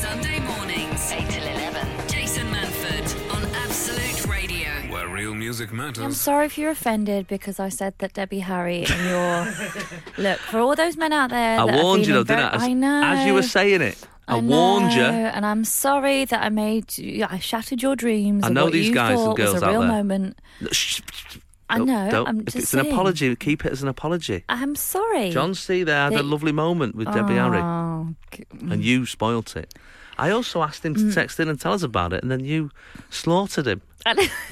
Speaker 2: Sunday mornings, 8 till 11. Jason Manford on Absolute Radio.
Speaker 1: Where real music
Speaker 4: I'm
Speaker 1: matters.
Speaker 4: sorry if you're offended because I said that Debbie Harry and your look for all those men out there.
Speaker 3: I
Speaker 4: that are
Speaker 3: warned you, though,
Speaker 4: feeling
Speaker 3: didn't
Speaker 4: very-
Speaker 3: I? As,
Speaker 4: I know.
Speaker 3: as you were saying it, I, warned
Speaker 4: know,
Speaker 3: you.
Speaker 4: and I'm sorry that I made you. I shattered your dreams.
Speaker 3: I
Speaker 4: of
Speaker 3: know
Speaker 4: what
Speaker 3: these
Speaker 4: you
Speaker 3: guys and
Speaker 4: thought
Speaker 3: girls
Speaker 4: was
Speaker 3: out
Speaker 4: a real
Speaker 3: there.
Speaker 4: moment.
Speaker 3: Shh, shh, shh.
Speaker 4: I
Speaker 3: Don't-
Speaker 4: know,
Speaker 3: don't.
Speaker 4: I'm
Speaker 3: If
Speaker 4: just
Speaker 3: it's an
Speaker 4: saying.
Speaker 3: apology, keep it as an apology.
Speaker 4: I'm sorry.
Speaker 3: John C. there had a
Speaker 4: They-
Speaker 3: lovely moment with Debbie Harry,
Speaker 4: Oh, g- Mm.
Speaker 3: and you spoilt it. I also asked him to text in and tell us about it, and then you slaughtered him.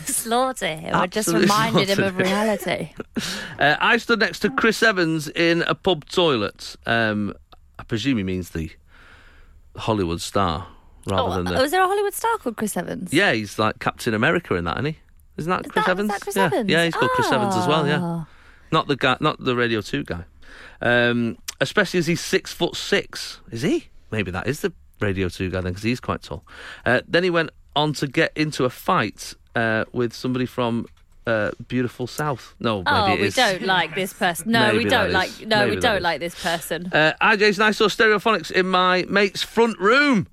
Speaker 4: slaughter him. I just
Speaker 3: Absolute
Speaker 4: reminded him of
Speaker 3: slaughter.
Speaker 4: reality.
Speaker 3: Uh, I stood next to Chris Evans in a pub toilet. Um, I presume he means the Hollywood star rather
Speaker 4: oh,
Speaker 3: than the.
Speaker 4: was there a Hollywood star called Chris Evans?
Speaker 3: Yeah, he's like Captain America in that, isn't he? Isn't that Chris
Speaker 4: that- is
Speaker 3: Evans?
Speaker 4: that Chris
Speaker 3: yeah.
Speaker 4: Evans? Ah.
Speaker 3: yeah, he's called Chris Evans as well. Yeah, not the guy, not the Radio Two guy. Um, especially as he's six foot six, is he? Maybe that is the Radio Two guy then, because he's quite tall. Uh, then he went on to get into a fight uh, with somebody from uh, beautiful South. No, maybe
Speaker 4: Oh,
Speaker 3: it
Speaker 4: we
Speaker 3: is.
Speaker 4: don't like this person. No,
Speaker 3: Maybe
Speaker 4: we
Speaker 3: that
Speaker 4: don't
Speaker 3: is.
Speaker 4: like. No,
Speaker 3: Maybe
Speaker 4: we
Speaker 3: that
Speaker 4: don't
Speaker 3: is.
Speaker 4: like this person.
Speaker 3: Uh, hi, Jason. I saw Stereophonics in my mate's front room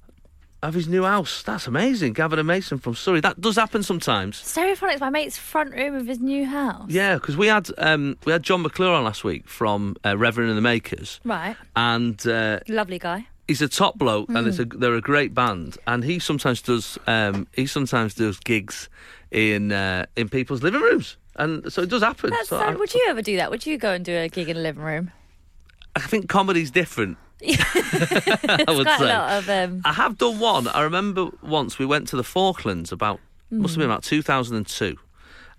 Speaker 3: of his new house. That's amazing. Gavin and Mason from Surrey. That does happen sometimes.
Speaker 4: Stereophonics, my mate's front room of his new house.
Speaker 3: Yeah, because we had um, we had John McClure on last week from uh, Reverend and the Makers,
Speaker 4: Right,
Speaker 3: and uh,
Speaker 4: lovely guy.
Speaker 3: he's a top bloke, and it's a, they're a great band. And he sometimes does um, he sometimes does gigs in uh, in people's living rooms, and so it does happen.
Speaker 4: That's
Speaker 3: so
Speaker 4: so-
Speaker 3: I,
Speaker 4: would you ever do that? Would you go and do a gig in a living room?
Speaker 3: I think comedy's different. I would
Speaker 4: Quite
Speaker 3: say.
Speaker 4: a lot of um,
Speaker 3: I have done one. I remember once we went to the Falklands about must have been about 2002,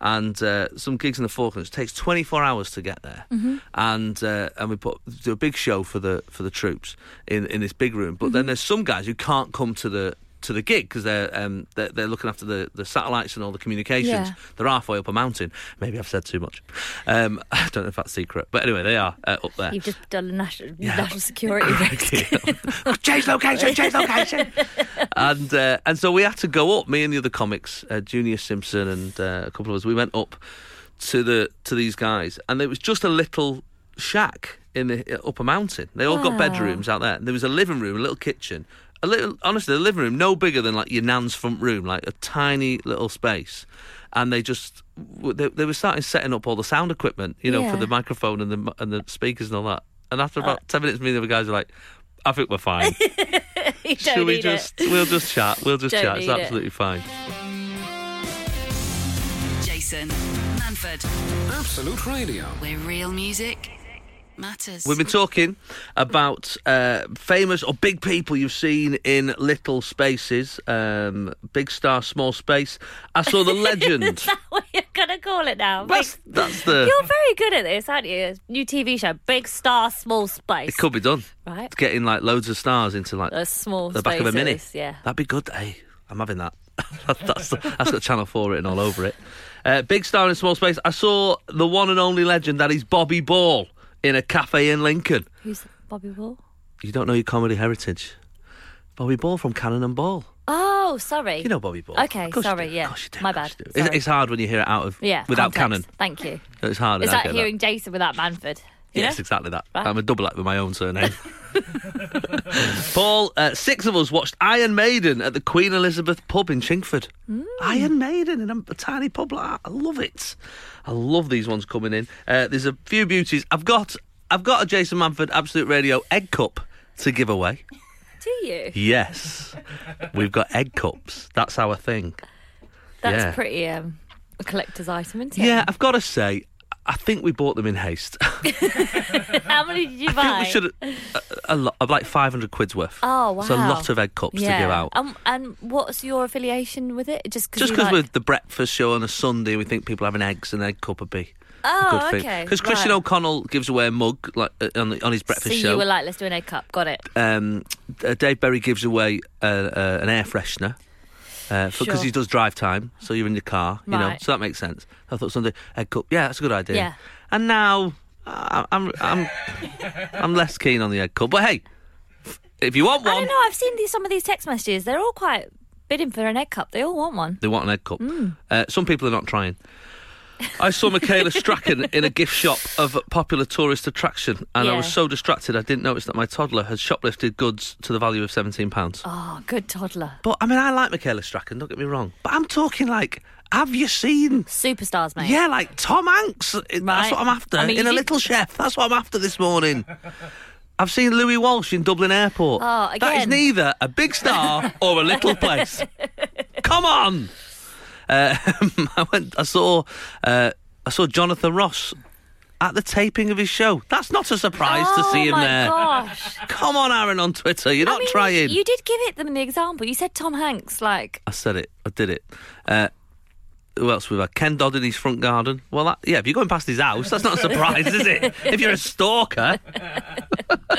Speaker 3: and uh, some gigs in the Falklands it takes 24 hours to get there,
Speaker 4: Mm-hmm.
Speaker 3: and uh, and we put do a big show for the for the troops in in this big room. But
Speaker 4: Mm-hmm.
Speaker 3: then there's some guys who can't come to the to the gig because they're, um, they're they're looking after the, the satellites and all the communications.
Speaker 4: Yeah.
Speaker 3: They're halfway up a mountain. Maybe I've said too much. Um, I don't know if that's secret, but anyway, they are uh, up there.
Speaker 4: you've just done a national, national security risk.
Speaker 3: change location, change location. and uh, and so we had to go up. Me and the other comics, uh, Junior Simpson and uh, a couple of us, we went up to the to these guys, and it was just a little shack in the up a mountain. They all got
Speaker 4: Wow.
Speaker 3: bedrooms out there. And there was a living room, a little kitchen. A little, honestly, a living room no bigger than like your nan's front room, like a tiny little space, and they just they, they were starting setting up all the sound equipment, you know, for
Speaker 4: Yeah. Uh.
Speaker 3: the microphone and the and the speakers and all that. And after about ten minutes, me and the other guys were like, "I think we're fine.
Speaker 4: you
Speaker 3: Should
Speaker 4: don't
Speaker 3: we
Speaker 4: need
Speaker 3: just?
Speaker 4: it.
Speaker 3: We'll just chat. We'll just
Speaker 4: Don't
Speaker 3: chat. It's
Speaker 4: need it.
Speaker 3: absolutely fine."
Speaker 2: Jason Manford,
Speaker 1: Absolute Radio.
Speaker 2: where real music matters.
Speaker 3: We've been talking about uh, famous or big people you've seen in little spaces, um, big star, small space. I saw the legend.
Speaker 4: What you're gonna call it now?
Speaker 3: that's, that's the.
Speaker 4: You're very good at this, aren't you? New TV show, Big Star, Small
Speaker 3: It
Speaker 4: Space.
Speaker 3: could be done.
Speaker 4: Right.
Speaker 3: Getting like loads of stars into like
Speaker 4: A small
Speaker 3: the back of a mini.
Speaker 4: spaces, yeah.
Speaker 3: That'd be good. Hey, I'm having that. that's, that's got Channel 4 written all over it. Uh, big star in small space. I saw the one and only legend that is Bobby Ball in a cafe in Lincoln.
Speaker 4: Who's Bobby Wall?
Speaker 3: You don't know your comedy heritage. Bobby Ball from Cannon and Ball.
Speaker 4: Oh, sorry.
Speaker 3: You know Bobby Ball.
Speaker 4: Okay,
Speaker 3: Of course you
Speaker 4: sorry,
Speaker 3: do.
Speaker 4: yeah.
Speaker 3: Of course you do.
Speaker 4: My
Speaker 3: of course
Speaker 4: bad.
Speaker 3: you do. It's-
Speaker 4: Sorry.
Speaker 3: It's hard when you hear it out of
Speaker 4: yeah,
Speaker 3: without
Speaker 4: context.
Speaker 3: Cannon.
Speaker 4: Thank you.
Speaker 3: It's hard.
Speaker 4: It's
Speaker 3: I
Speaker 4: like
Speaker 3: get
Speaker 4: hearing Jason without Manford. You
Speaker 3: Yes,
Speaker 4: know?
Speaker 3: exactly that.
Speaker 4: Right.
Speaker 3: I'm a double act with my own surname. Paul, uh, six of us watched Iron Maiden at the Queen Elizabeth pub in Chingford.
Speaker 4: Mm.
Speaker 3: Iron Maiden in a, a tiny pub like that. I love it. I love these ones coming in. Uh, there's a few beauties. I've got I've got a Jason Manford Absolute Radio egg cup to give away.
Speaker 4: Do you?
Speaker 3: Yes. We've got egg cups. That's our thing.
Speaker 4: That's
Speaker 3: Yeah.
Speaker 4: pretty um, a collector's item, isn't it?
Speaker 3: Yeah, I've got to say, I think we bought them in haste.
Speaker 4: How many did you buy?
Speaker 3: I think we should a, a lot of like 500 quid's worth.
Speaker 4: Oh,
Speaker 3: It's a
Speaker 4: wow.
Speaker 3: lot of egg cups to give out.
Speaker 4: Um, and what's your affiliation with it? Just because
Speaker 3: Just because we're the breakfast show on a Sunday, we think people having eggs and egg cup would be a
Speaker 4: Oh,
Speaker 3: good thing.
Speaker 4: okay,
Speaker 3: Because Christian
Speaker 4: right.
Speaker 3: O'Connell gives away a mug like uh, on, the, on his breakfast
Speaker 4: so
Speaker 3: show.
Speaker 4: you were like, let's do an egg cup. Got it.
Speaker 3: um, uh, Dave Berry gives away uh, uh, an air freshener. Because
Speaker 4: Sure.
Speaker 3: he does drive time, so you're in your car, you know,
Speaker 4: Right.
Speaker 3: so that makes sense. I thought Sunday egg cup, yeah, that's a good idea.
Speaker 4: Yeah.
Speaker 3: And now I- I'm I'm I'm less keen on the egg cup, but hey, if you want
Speaker 4: I
Speaker 3: one,
Speaker 4: don't know. I've seen these, some of these text messages. They're all quite bidding for an egg cup. They all want one.
Speaker 3: They want an egg cup.
Speaker 4: Mm.
Speaker 3: Uh, some people are not trying. I saw Michaela Strachan in a gift shop of a popular tourist attraction, and I
Speaker 4: Yeah.
Speaker 3: was so distracted I didn't notice that my toddler had shoplifted goods to the value of seventeen pounds.
Speaker 4: Oh, good toddler.
Speaker 3: But I mean, I like Michaela Strachan. Don't get me wrong, but I'm talking like, have you seen?
Speaker 4: Superstars, mate.
Speaker 3: Yeah, like Tom Hanks. It- That's
Speaker 4: Right.
Speaker 3: what I'm after.
Speaker 4: I mean,
Speaker 3: in
Speaker 4: you
Speaker 3: a
Speaker 4: did-
Speaker 3: Little Chef. That's what I'm after this morning. I've seen Louis Walsh in Dublin Airport.
Speaker 4: Oh,
Speaker 3: That is
Speaker 4: again.
Speaker 3: neither a big star or a little place. Come on. Uh, I went. I saw. Uh, I saw Jonathan Ross at the taping of his show. That's not a surprise to see him
Speaker 4: oh my
Speaker 3: there.
Speaker 4: gosh.
Speaker 3: Come on, Aaron, on Twitter. You're
Speaker 4: I
Speaker 3: not
Speaker 4: mean,
Speaker 3: trying.
Speaker 4: You did give it them the example. You said Tom Hanks, like,
Speaker 3: I said it. I did it. Uh, who else we've had? Ken Dodd in his front garden. Well, that, yeah, if you're going past his house, that's not a surprise, is it? If you're a stalker.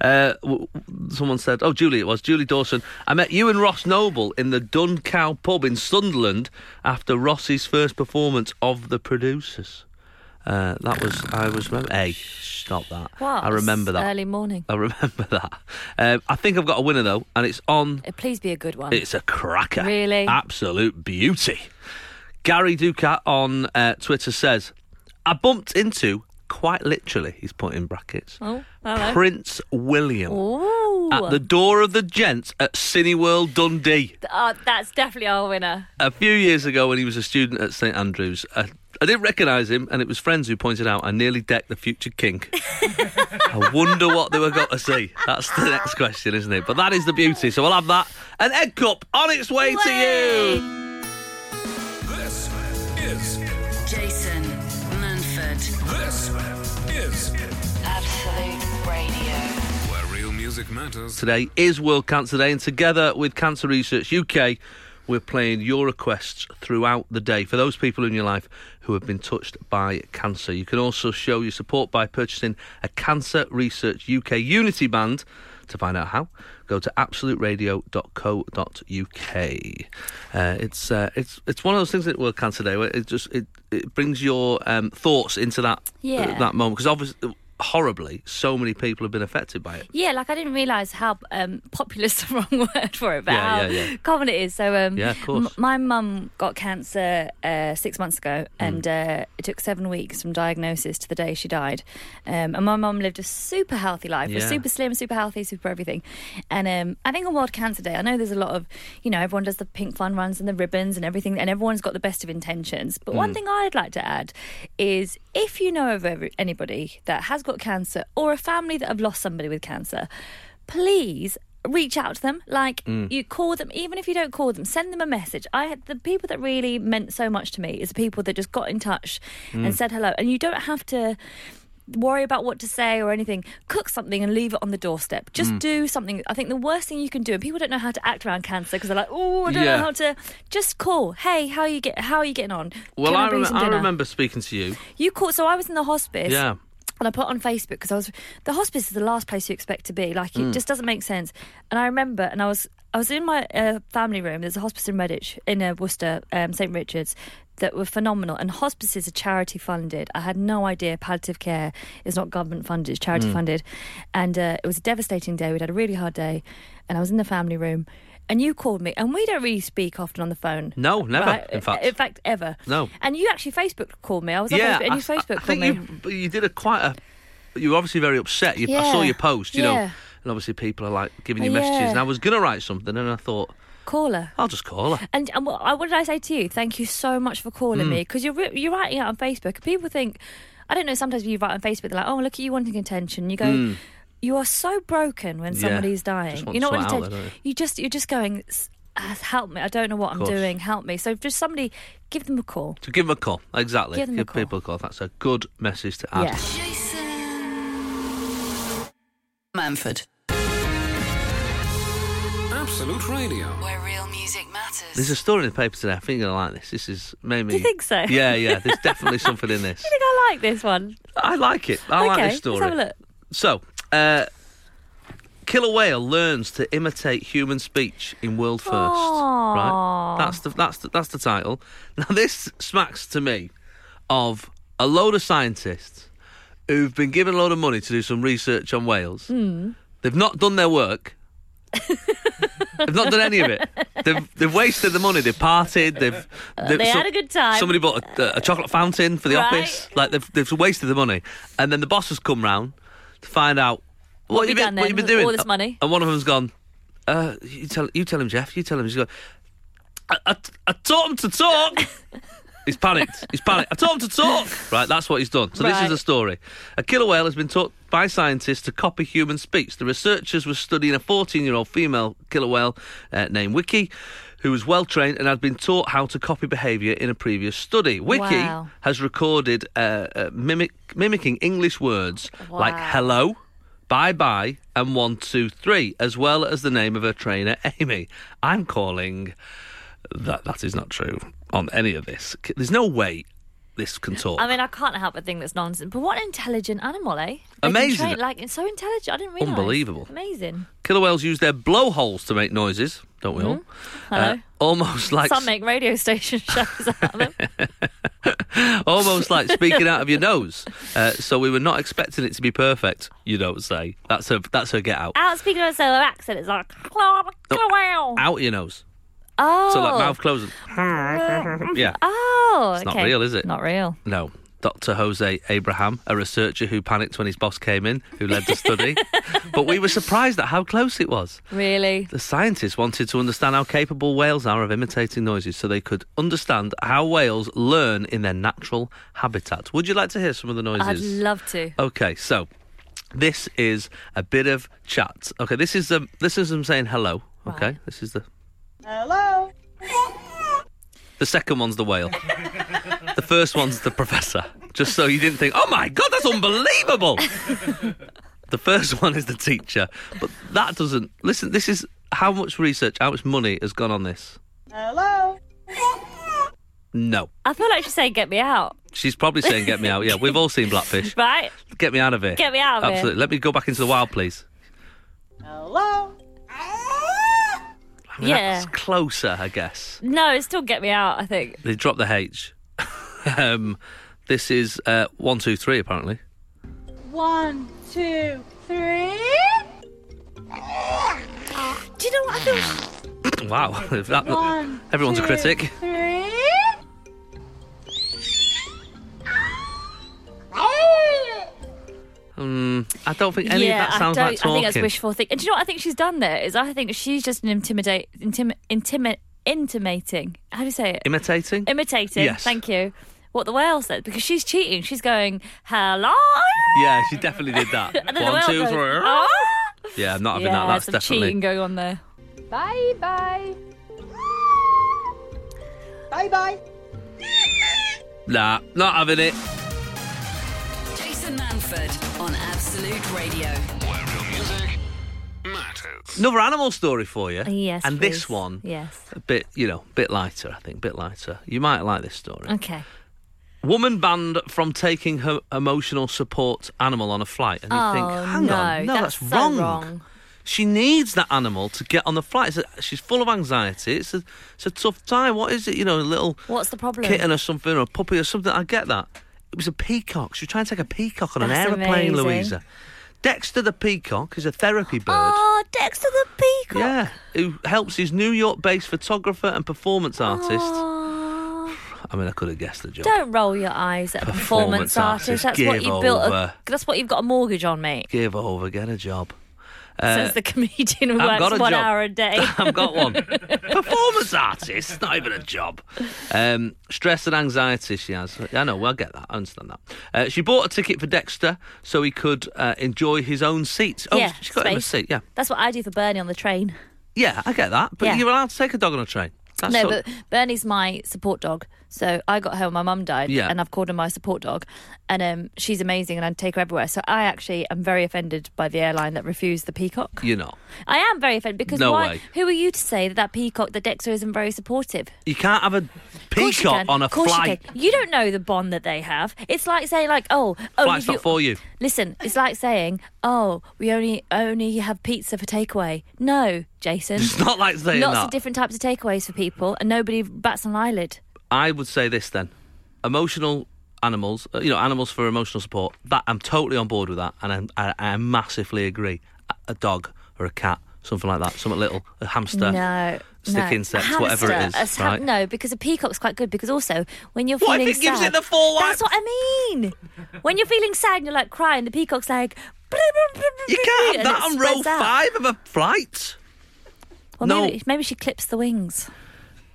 Speaker 3: uh, w- w- someone said, oh, Julie, it was Julie Dawson. I met you and Ross Noble in the Dun Cow pub in Sunderland after Ross's first performance of The Producers. Uh, that was, I was, remem- hey, stop that.
Speaker 4: what?
Speaker 3: I remember that.
Speaker 4: Early morning.
Speaker 3: I remember that. Um, I think I've got a winner, though, and it's on
Speaker 4: Uh, Please be a good one.
Speaker 3: it's a cracker.
Speaker 4: Really?
Speaker 3: Absolute beauty. Gary Ducat on uh, Twitter says, I bumped into, quite literally, he's put in brackets,
Speaker 4: Oh, hello.
Speaker 3: Prince William
Speaker 4: Ooh.
Speaker 3: at the door of the gents at Cineworld Dundee
Speaker 4: Oh, that's definitely our winner.
Speaker 3: a few years ago when he was a student at St Andrews. I, I didn't recognise him, and it was friends who pointed out I nearly decked the future king. I wonder what they were going to see. That's the next question, isn't it? But that is the beauty. So we'll have that. An egg cup on its way to you.
Speaker 1: This is
Speaker 2: Jason Manford,
Speaker 1: this is
Speaker 2: Absolute Radio.
Speaker 1: where real music matters.
Speaker 3: Today is World Cancer Day, and together with Cancer Research UK, we're playing your requests throughout the day for those people in your life who have been touched by cancer. You can also show your support by purchasing a Cancer Research UK Unity Band. To find out how, go to absoluteradio.co.uk. Uh, it's uh, it's it's one of those things at World Cancer Day where it just it, it brings your um, thoughts into that
Speaker 4: Yeah.
Speaker 3: that moment because obviously horribly so many people have been affected by it.
Speaker 4: Yeah, like I didn't realise how um, popular's the wrong word for it, but
Speaker 3: Yeah,
Speaker 4: how
Speaker 3: yeah, yeah.
Speaker 4: common it is. So, um,
Speaker 3: Yeah, of course.
Speaker 4: my mum got cancer uh, six months ago,
Speaker 3: Mm.
Speaker 4: and uh, it took seven weeks from diagnosis to the day she died. Um, and my mum lived a super healthy life, was
Speaker 3: Yeah.
Speaker 4: super slim, super healthy, super everything. And um, I think on World Cancer Day, I know there's a lot of, you know, everyone does the pink fun runs and the ribbons and everything, and everyone's got the best of intentions. But one thing I'd like to add is if you know of every- anybody that has got cancer or a family that have lost somebody with cancer, please reach out to them like you call them even if you don't call them send them a message i had the people that really meant so much to me is the people that just got in touch and said hello and you don't have to worry about what to say or anything. Cook something and leave it on the doorstep.
Speaker 3: Mm.
Speaker 4: Just do something. I think the worst thing you can do, and people don't know how to act around cancer because they're like, oh, I don't
Speaker 3: Yeah.
Speaker 4: know how to. Just call. Hey, how you get? How are you getting on?
Speaker 3: Well,
Speaker 4: Can
Speaker 3: I,
Speaker 4: I, bring
Speaker 3: rem-
Speaker 4: some
Speaker 3: I
Speaker 4: dinner?"
Speaker 3: remember speaking to you.
Speaker 4: You called. So I was in the hospice.
Speaker 3: Yeah.
Speaker 4: And I put on Facebook because I was the hospice is the last place you expect to be. Like it
Speaker 3: Mm.
Speaker 4: just doesn't make sense. And I remember, and I was I was in my uh, family room. There's a hospice in Redditch in uh, Worcester, um, St Richards, that were phenomenal. And hospices are charity funded. I had no idea palliative care is not government funded; it's charity
Speaker 3: Mm.
Speaker 4: funded. And uh, it was a devastating day. We'd had a really hard day, and I was in the family room. And you called me, and we don't really speak often on the phone.
Speaker 3: No, never, in fact.
Speaker 4: in fact, ever.
Speaker 3: No.
Speaker 4: And you actually Facebook called me. I was on Facebook, and
Speaker 3: I,
Speaker 4: you
Speaker 3: I-
Speaker 4: Facebook
Speaker 3: I think
Speaker 4: called me.
Speaker 3: you but you did a quite a. You were obviously very upset. You, I saw
Speaker 4: Yeah.
Speaker 3: your post, you know,
Speaker 4: Yeah.
Speaker 3: and obviously people are like giving
Speaker 4: Oh,
Speaker 3: you messages.
Speaker 4: yeah.
Speaker 3: And I was gonna write something, and I thought
Speaker 4: Call her.
Speaker 3: I'll just call her.
Speaker 4: And, and what, I- what did I say to you? Thank you so much for calling
Speaker 3: Hmm.
Speaker 4: me because you're ri- you're writing out on Facebook. and People think I don't know. Sometimes when you write on Facebook, they're like, "Oh, look at you wanting attention." You go, "You are so broken when
Speaker 3: Hmm. Yeah.
Speaker 4: somebody's dying.
Speaker 3: Just want
Speaker 4: you know
Speaker 3: to
Speaker 4: what
Speaker 3: sort out
Speaker 4: attention.
Speaker 3: there, don't
Speaker 4: you just you're just going." "S- uh, Help me! I don't know what I'm
Speaker 3: course.
Speaker 4: doing. Help me! So just somebody, give them a call.
Speaker 3: To give them a call, exactly.
Speaker 4: Give them a call.
Speaker 3: people a call. That's a good message to add.
Speaker 4: Yeah.
Speaker 2: Jason Manford,
Speaker 1: Absolute Radio.
Speaker 2: where real music matters. matters.
Speaker 3: There's a story in the paper today. I think you're gonna like this. This is made me.
Speaker 4: you think so?
Speaker 3: Yeah, yeah. There's definitely something in this.
Speaker 4: I think I like this one.
Speaker 3: I like it. I like
Speaker 4: okay,
Speaker 3: this story.
Speaker 4: let's have a look.
Speaker 3: So, uh, killer whale learns to imitate human speech in world first. Right?
Speaker 4: Aw.
Speaker 3: That's the that's the, that's the title. Now this smacks to me of a load of scientists who've been given a load of money to do some research on whales.
Speaker 4: Hmm.
Speaker 3: They've not done their work. they've not done any of it. They've, they've wasted the money. They've partied. They've, they've
Speaker 4: Uh, they had a good time.
Speaker 3: Somebody bought a, a chocolate fountain for the
Speaker 4: Right.
Speaker 3: office. Like they've, they've wasted the money. And then the boss has come round to find out what,
Speaker 4: we
Speaker 3: you been,
Speaker 4: done
Speaker 3: what
Speaker 4: then
Speaker 3: you been
Speaker 4: with
Speaker 3: doing.
Speaker 4: all this money?
Speaker 3: And one of them's gone. Uh, you tell you tell him, Jeff. You tell him. He's gone. I, I, I taught him to talk. He's panicked. He's panicked. I told him to talk. Right, that's what he's done. So this is
Speaker 4: Right.
Speaker 3: the story. A killer whale has been taught by scientists to copy human speech. The researchers were studying a 14-year-old female killer whale uh, named Wiki, who was well trained and had been taught how to copy behaviour in a previous study. Wiki
Speaker 4: Wow.
Speaker 3: has recorded uh, uh, mimic, mimicking English words like
Speaker 4: Wow.
Speaker 3: hello, bye bye, and one two three, as well as the name of her trainer Amy. I'm calling that that is not true on any of this. C- There's no way this can talk.
Speaker 4: I mean, I can't help but think that's nonsense. But what an intelligent animal, eh? They can
Speaker 3: Amazing.
Speaker 4: train- like, it's so intelligent. I didn't realize.
Speaker 3: Unbelievable.
Speaker 4: Amazing.
Speaker 3: Killer whales use their blowholes to make noises, don't we all?
Speaker 4: Mm-hmm.
Speaker 3: Uh,
Speaker 4: Hello.
Speaker 3: almost like
Speaker 4: Some make radio station shows out of them.
Speaker 3: almost like speaking out of your nose. Uh, so we were not expecting it to be perfect. You don't say. That's her. That's her get out.
Speaker 4: Out speaking of a solar accent, it's like, "Claw, claw, wow.
Speaker 3: Out your nose.
Speaker 4: Oh.
Speaker 3: So like mouth closing. yeah.
Speaker 4: Oh,
Speaker 3: It's not
Speaker 4: okay.
Speaker 3: real, is it?
Speaker 4: Not real.
Speaker 3: No. Dr. Jose Abraham, a researcher who panicked when his boss came in, who led the study. but we were surprised at how close it was.
Speaker 4: Really?
Speaker 3: The scientists wanted to understand how capable whales are of imitating noises so they could understand how whales learn in their natural habitat. Would you like to hear some of the noises?
Speaker 4: I'd love to.
Speaker 3: Okay, so this is a bit of chat. Okay, this is um, this is them saying hello. Okay,
Speaker 4: Right.
Speaker 3: this is the
Speaker 10: Hello.
Speaker 3: the second one's the whale. the first one's the professor. Just so you didn't think, oh my god, that's unbelievable. the first one is the teacher, but that doesn't listen. This is how much research, how much money has gone on this.
Speaker 10: Hello.
Speaker 3: No.
Speaker 4: I feel like she's saying, get me out,
Speaker 3: She's probably saying, "Get me out." Yeah, we've all seen Blackfish.
Speaker 4: right?
Speaker 3: Get me out of here.
Speaker 4: Get me out of here.
Speaker 3: Absolutely. Let me go back into the wild, please.
Speaker 10: Hello.
Speaker 3: I mean,
Speaker 4: Yeah.
Speaker 3: That's closer, I guess.
Speaker 4: No, it's still get me out, I think.
Speaker 3: They dropped the H. um, this is uh, one, two, three. Apparently,
Speaker 10: One, two, three.
Speaker 4: Do you know what I feel?
Speaker 3: wow. if that-
Speaker 10: One,
Speaker 3: everyone's a
Speaker 10: two,
Speaker 3: critic.
Speaker 10: Three.
Speaker 3: Um, I don't think any
Speaker 4: yeah,
Speaker 3: of that sounds
Speaker 4: I don't,
Speaker 3: like
Speaker 4: I
Speaker 3: talking.
Speaker 4: think that's wishful thinking. And do you know what I think she's done there? Is I think she's just an intimidate, intim, intimate, intimating. How do you say it?
Speaker 3: Imitating.
Speaker 4: Imitating.
Speaker 3: Yes.
Speaker 4: Thank you. What the whale said because she's cheating. She's going hello.
Speaker 3: yeah, she definitely did that.
Speaker 4: And then the
Speaker 3: one,
Speaker 4: whale
Speaker 3: two,
Speaker 4: goes,
Speaker 3: three.
Speaker 4: "Ah."
Speaker 3: Yeah, I'm not having
Speaker 4: Yeah,
Speaker 3: that. That's
Speaker 4: some
Speaker 3: definitely.
Speaker 4: cheating going on there.
Speaker 10: Bye bye. Bye bye.
Speaker 3: Nah, not having it.
Speaker 2: Jason Manford on Absolute Radio.
Speaker 1: Where real music matters.
Speaker 3: Another animal story for you.
Speaker 4: Yes.
Speaker 3: And this
Speaker 4: please.
Speaker 3: one,
Speaker 4: Yes.
Speaker 3: a bit, you know, bit lighter. I think, bit lighter. You might like this story.
Speaker 4: Okay.
Speaker 3: Woman banned from taking her emotional support animal on a flight, and you
Speaker 4: oh
Speaker 3: think, hang
Speaker 4: no,
Speaker 3: on, no, that's,
Speaker 4: so
Speaker 3: wrong.
Speaker 4: wrong.
Speaker 3: She needs that animal to get on the flight. It's a- she's full of anxiety. It's a, it's a tough time. What is it? You know, a little
Speaker 4: What's the problem?
Speaker 3: kitten or something, or a puppy or something. I get that. It was a peacock. She was trying to take a peacock on
Speaker 4: That's
Speaker 3: an aeroplane,
Speaker 4: amazing.
Speaker 3: Louisa. Dexter the peacock is a therapy bird.
Speaker 4: Oh, Dexter the peacock.
Speaker 3: Yeah, who helps his New York-based photographer and performance artist.
Speaker 4: Aw.
Speaker 3: I mean, I could have guessed the job.
Speaker 4: Don't roll your eyes at a
Speaker 3: Performance
Speaker 4: performance
Speaker 3: artist,
Speaker 4: artist. That's what
Speaker 3: give
Speaker 4: you built.
Speaker 3: over.
Speaker 4: A, that's what you've got a mortgage on, mate.
Speaker 3: Give over, get a job.
Speaker 4: says the comedian who
Speaker 3: Uh, I've
Speaker 4: works
Speaker 3: got a
Speaker 4: one
Speaker 3: job.
Speaker 4: hour a day.
Speaker 3: I've got one. Performance artist. It's not even a job. Um, stress and anxiety she has. I know, well, I get that. I understand that. Uh, she bought a ticket for Dexter so he could uh, enjoy his own seat. Oh,
Speaker 4: Yeah,
Speaker 3: she got him a
Speaker 4: space.
Speaker 3: seat, yeah.
Speaker 4: That's what I do for Bernie on the train.
Speaker 3: Yeah, I get that. But
Speaker 4: Yeah.
Speaker 3: you're allowed to take a dog on a train. That's
Speaker 4: no,
Speaker 3: all-
Speaker 4: but Bernie's my support dog. So I got home, my mum died,
Speaker 3: Yeah.
Speaker 4: and I've called her my support dog, and um, she's amazing, and I take her everywhere. So I actually am very offended by the airline that refused the peacock.
Speaker 3: You're not.
Speaker 4: I am very offended because
Speaker 3: No
Speaker 4: why?
Speaker 3: way.
Speaker 4: Who are you to say that that peacock, that Dexter isn't very supportive?
Speaker 3: You can't have a
Speaker 4: course you
Speaker 3: peacock
Speaker 4: can.
Speaker 3: on a
Speaker 4: Of course you
Speaker 3: flight.
Speaker 4: can. You, don't know the bond that they have. It's like saying, like, oh, oh,
Speaker 3: Flight's not for you.
Speaker 4: Listen, it's like saying, oh, we only only have pizza for takeaway. No, Jason.
Speaker 3: It's not like saying
Speaker 4: Lots
Speaker 3: that.
Speaker 4: of different types of takeaways for people, and nobody bats an eyelid.
Speaker 3: I would say this then: emotional animals, uh, you know, animals for emotional support. That I'm totally on board with that, and I'm, I, I massively agree. A, a dog or a cat, something like that, something little, a hamster,
Speaker 4: No.
Speaker 3: stick
Speaker 4: no.
Speaker 3: insects,
Speaker 4: A
Speaker 3: whatever it
Speaker 4: hamster,
Speaker 3: is,
Speaker 4: a ham-
Speaker 3: right?
Speaker 4: No, because a peacock's quite good. Because also, when you're
Speaker 3: What if
Speaker 4: feeling
Speaker 3: it gives
Speaker 4: sad,
Speaker 3: it the full, like-
Speaker 4: That's what I mean. when you're feeling sad and you're like crying, the peacock's like.
Speaker 3: You can't have
Speaker 4: and
Speaker 3: that
Speaker 4: it
Speaker 3: on row
Speaker 4: spreads out.
Speaker 3: five of a flight.
Speaker 4: Well,
Speaker 3: No.
Speaker 4: maybe, maybe she clips the wings.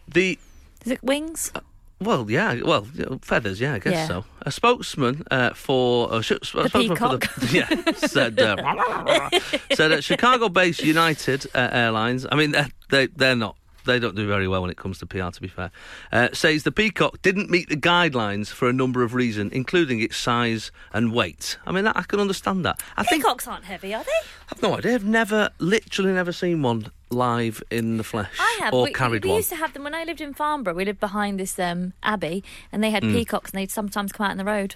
Speaker 3: The
Speaker 4: Is it wings?
Speaker 3: Well, yeah, well, you know, feathers, yeah, I guess
Speaker 4: Yeah.
Speaker 3: so. A spokesman uh, for uh, sh- sp-
Speaker 4: The
Speaker 3: spokesman for the yeah said uh, said that Chicago-based United uh, Airlines. I mean, they're, they they're not. They don't do very well when it comes to PR, to be fair. Uh, says the peacock didn't meet the guidelines for a number of reasons, including its size and weight. I mean, that, I can understand that. I think
Speaker 4: Peacocks aren't heavy, are they?
Speaker 3: I've no idea. I've never, literally, never seen one live in the flesh
Speaker 4: I have.
Speaker 3: or
Speaker 4: we,
Speaker 3: carried
Speaker 4: we
Speaker 3: one.
Speaker 4: used to have them when I lived in Farnborough. We lived behind this um, abbey, and they had
Speaker 3: Mm.
Speaker 4: peacocks, and they'd sometimes come out in the road.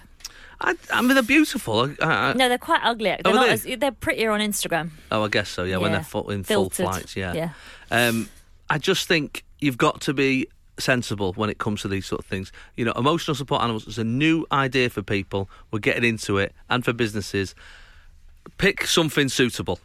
Speaker 3: I, I mean, they're beautiful. I, I,
Speaker 4: No, they're quite ugly. They're
Speaker 3: Oh, are
Speaker 4: not.
Speaker 3: they?
Speaker 4: As, they're prettier on Instagram.
Speaker 3: Oh, I guess so. Yeah, when
Speaker 4: Yeah.
Speaker 3: they're full, in
Speaker 4: Filtered.
Speaker 3: full flights. Yeah.
Speaker 4: Yeah.
Speaker 3: Um, I just think you've got to be sensible when it comes to these sort of things. You know, emotional support animals is a new idea for people. We're getting into it, and for businesses, pick something suitable.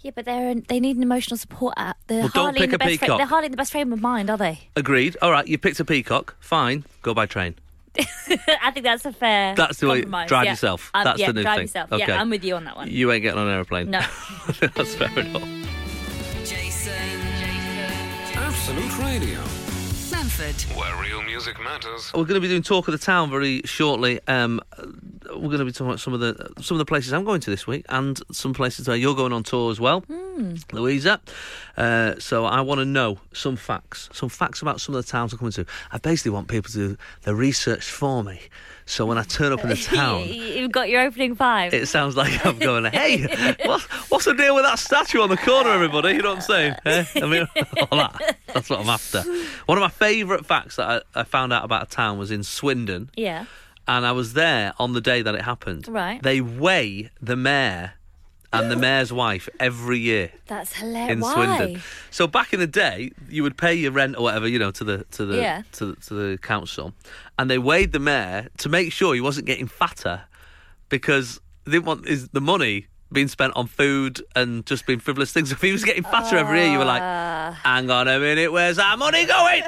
Speaker 4: Yeah, but they're in, they need an emotional support app. They're
Speaker 3: Well, don't
Speaker 4: hardly in
Speaker 3: pick
Speaker 4: the
Speaker 3: a
Speaker 4: best.
Speaker 3: peacock.
Speaker 4: they're hardly in the best frame of mind, are they?
Speaker 3: Agreed. All right, you picked a peacock. Fine, go by train.
Speaker 4: I think that's a fair.
Speaker 3: That's the way-
Speaker 4: compromise,
Speaker 3: drive
Speaker 4: yeah.
Speaker 3: yourself.
Speaker 4: Um,
Speaker 3: That's
Speaker 4: yeah,
Speaker 3: the new
Speaker 4: drive
Speaker 3: thing.
Speaker 4: yourself.
Speaker 3: Okay.
Speaker 4: Yeah, I'm with you on that one.
Speaker 3: You ain't getting on an airplane.
Speaker 4: No.
Speaker 3: that's fair enough.
Speaker 2: Jason. Jason.
Speaker 1: Absolute Radio,
Speaker 2: Manford.
Speaker 1: where real music matters.
Speaker 3: We're going to be doing talk of the town very shortly. Um, uh, we're going to be talking about some of the some of the places I'm going to this week, and some places where you're going on tour as well, Louisa. Uh, so I want to know some facts, some facts about some of the towns I'm coming to. I basically want people to do the research for me, so when I turn up in a
Speaker 4: You-
Speaker 3: town.
Speaker 4: You've got your opening five.
Speaker 3: It sounds like I'm going, hey, what, what's the deal with that statue on the corner, everybody? You know what I'm saying? Eh? I mean, all that. That's what I'm after. One of my favourite facts that I, I found out about a town was in Swindon
Speaker 4: yeah.
Speaker 3: and I was there on the day that it happened.
Speaker 4: Right.
Speaker 3: They weigh the mayor and the mayor's wife every year
Speaker 4: That's hilarious.
Speaker 3: in
Speaker 4: Eh, Why?
Speaker 3: Swindon. So back in the day, you would pay your rent or whatever, you know, to the to the
Speaker 4: Yeah.
Speaker 3: to, the- to the council, and they weighed the mayor to make sure he wasn't getting fatter because they didn't want his, the money being spent on food and just being frivolous things. If he was getting fatter every year, you were like,
Speaker 4: Ah.
Speaker 3: "Hang on a minute, where's our money going?"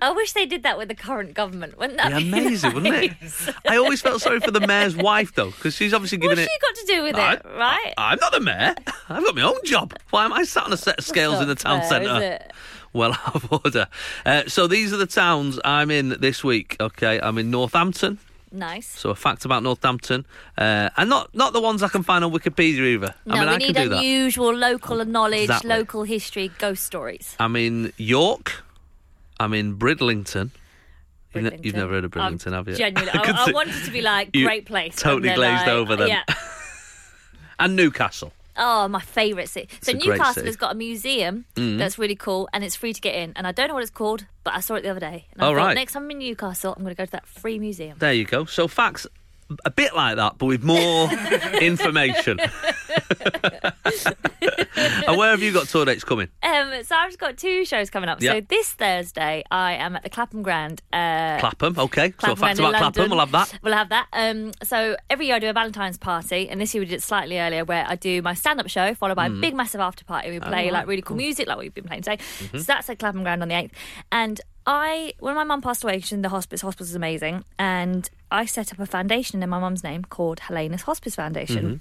Speaker 4: I wish they did that with the current government. Wouldn't that
Speaker 3: Yeah,
Speaker 4: be
Speaker 3: amazing, wouldn't it?
Speaker 4: nice?
Speaker 3: I always felt sorry for the mayor's wife though, because she's obviously giving
Speaker 4: What's
Speaker 3: it.
Speaker 4: she got to do with it,
Speaker 3: I-
Speaker 4: right?
Speaker 3: I, am not the mayor. I've got my own job. Why am I sat on a set of scales in the
Speaker 4: Not
Speaker 3: town
Speaker 4: fair, is
Speaker 3: centre?
Speaker 4: it?
Speaker 3: Well out of order. Uh, so these are the towns I'm in this week. Okay, I'm in Northampton.
Speaker 4: Nice.
Speaker 3: So a fact about Northampton, uh, and not not the ones I can find on Wikipedia either.
Speaker 4: No,
Speaker 3: I mean,
Speaker 4: we
Speaker 3: I can
Speaker 4: need
Speaker 3: do that.
Speaker 4: unusual local knowledge,
Speaker 3: Exactly.
Speaker 4: local history, ghost stories.
Speaker 3: I'm in York. I'm in Bridlington. You've, ne- you've
Speaker 4: Bridlington.
Speaker 3: never heard of Bridlington,
Speaker 4: I'm
Speaker 3: have you?
Speaker 4: Genuinely,
Speaker 3: could
Speaker 4: I, I
Speaker 3: see-
Speaker 4: wanted to be like
Speaker 3: You
Speaker 4: great place. and
Speaker 3: totally
Speaker 4: then
Speaker 3: glazed
Speaker 4: I-
Speaker 3: over then.
Speaker 4: Yeah.
Speaker 3: and Newcastle.
Speaker 4: Oh, my favourite city. So
Speaker 3: a great
Speaker 4: Newcastle
Speaker 3: city. Mm.
Speaker 4: has got a museum that's really cool, and it's free to get in. And I don't know what it's called, but I saw it the other day. And I
Speaker 3: All
Speaker 4: thought,
Speaker 3: Oh, right.
Speaker 4: next time I'm in Newcastle, I'm going to go to that free museum.
Speaker 3: There you go. So facts a bit like that, but with more information. and where have you got tour dates coming?
Speaker 4: Um, so I've just got two shows coming up. So
Speaker 3: Yeah.
Speaker 4: this Thursday, I am at the Clapham Grand. Uh,
Speaker 3: Clapham, okay. so
Speaker 4: Clapham
Speaker 3: facts
Speaker 4: in
Speaker 3: about Clapham,
Speaker 4: London.
Speaker 3: we'll have that.
Speaker 4: We'll have that. Um, so every year I do a Valentine's party, and this year we did it slightly earlier, where I do my stand-up show followed
Speaker 3: Mm.
Speaker 4: by a big, massive after party.
Speaker 3: Oh,
Speaker 4: We play like really cool music, like what we've been playing today.
Speaker 3: Mm-hmm.
Speaker 4: So that's at Clapham Ground on the eighth. And I, when my mum passed away, she's in the hospice. Hospice is
Speaker 3: Mm-hmm.
Speaker 4: amazing, and I set up a foundation in my mum's name called Helena's Hospice Foundation.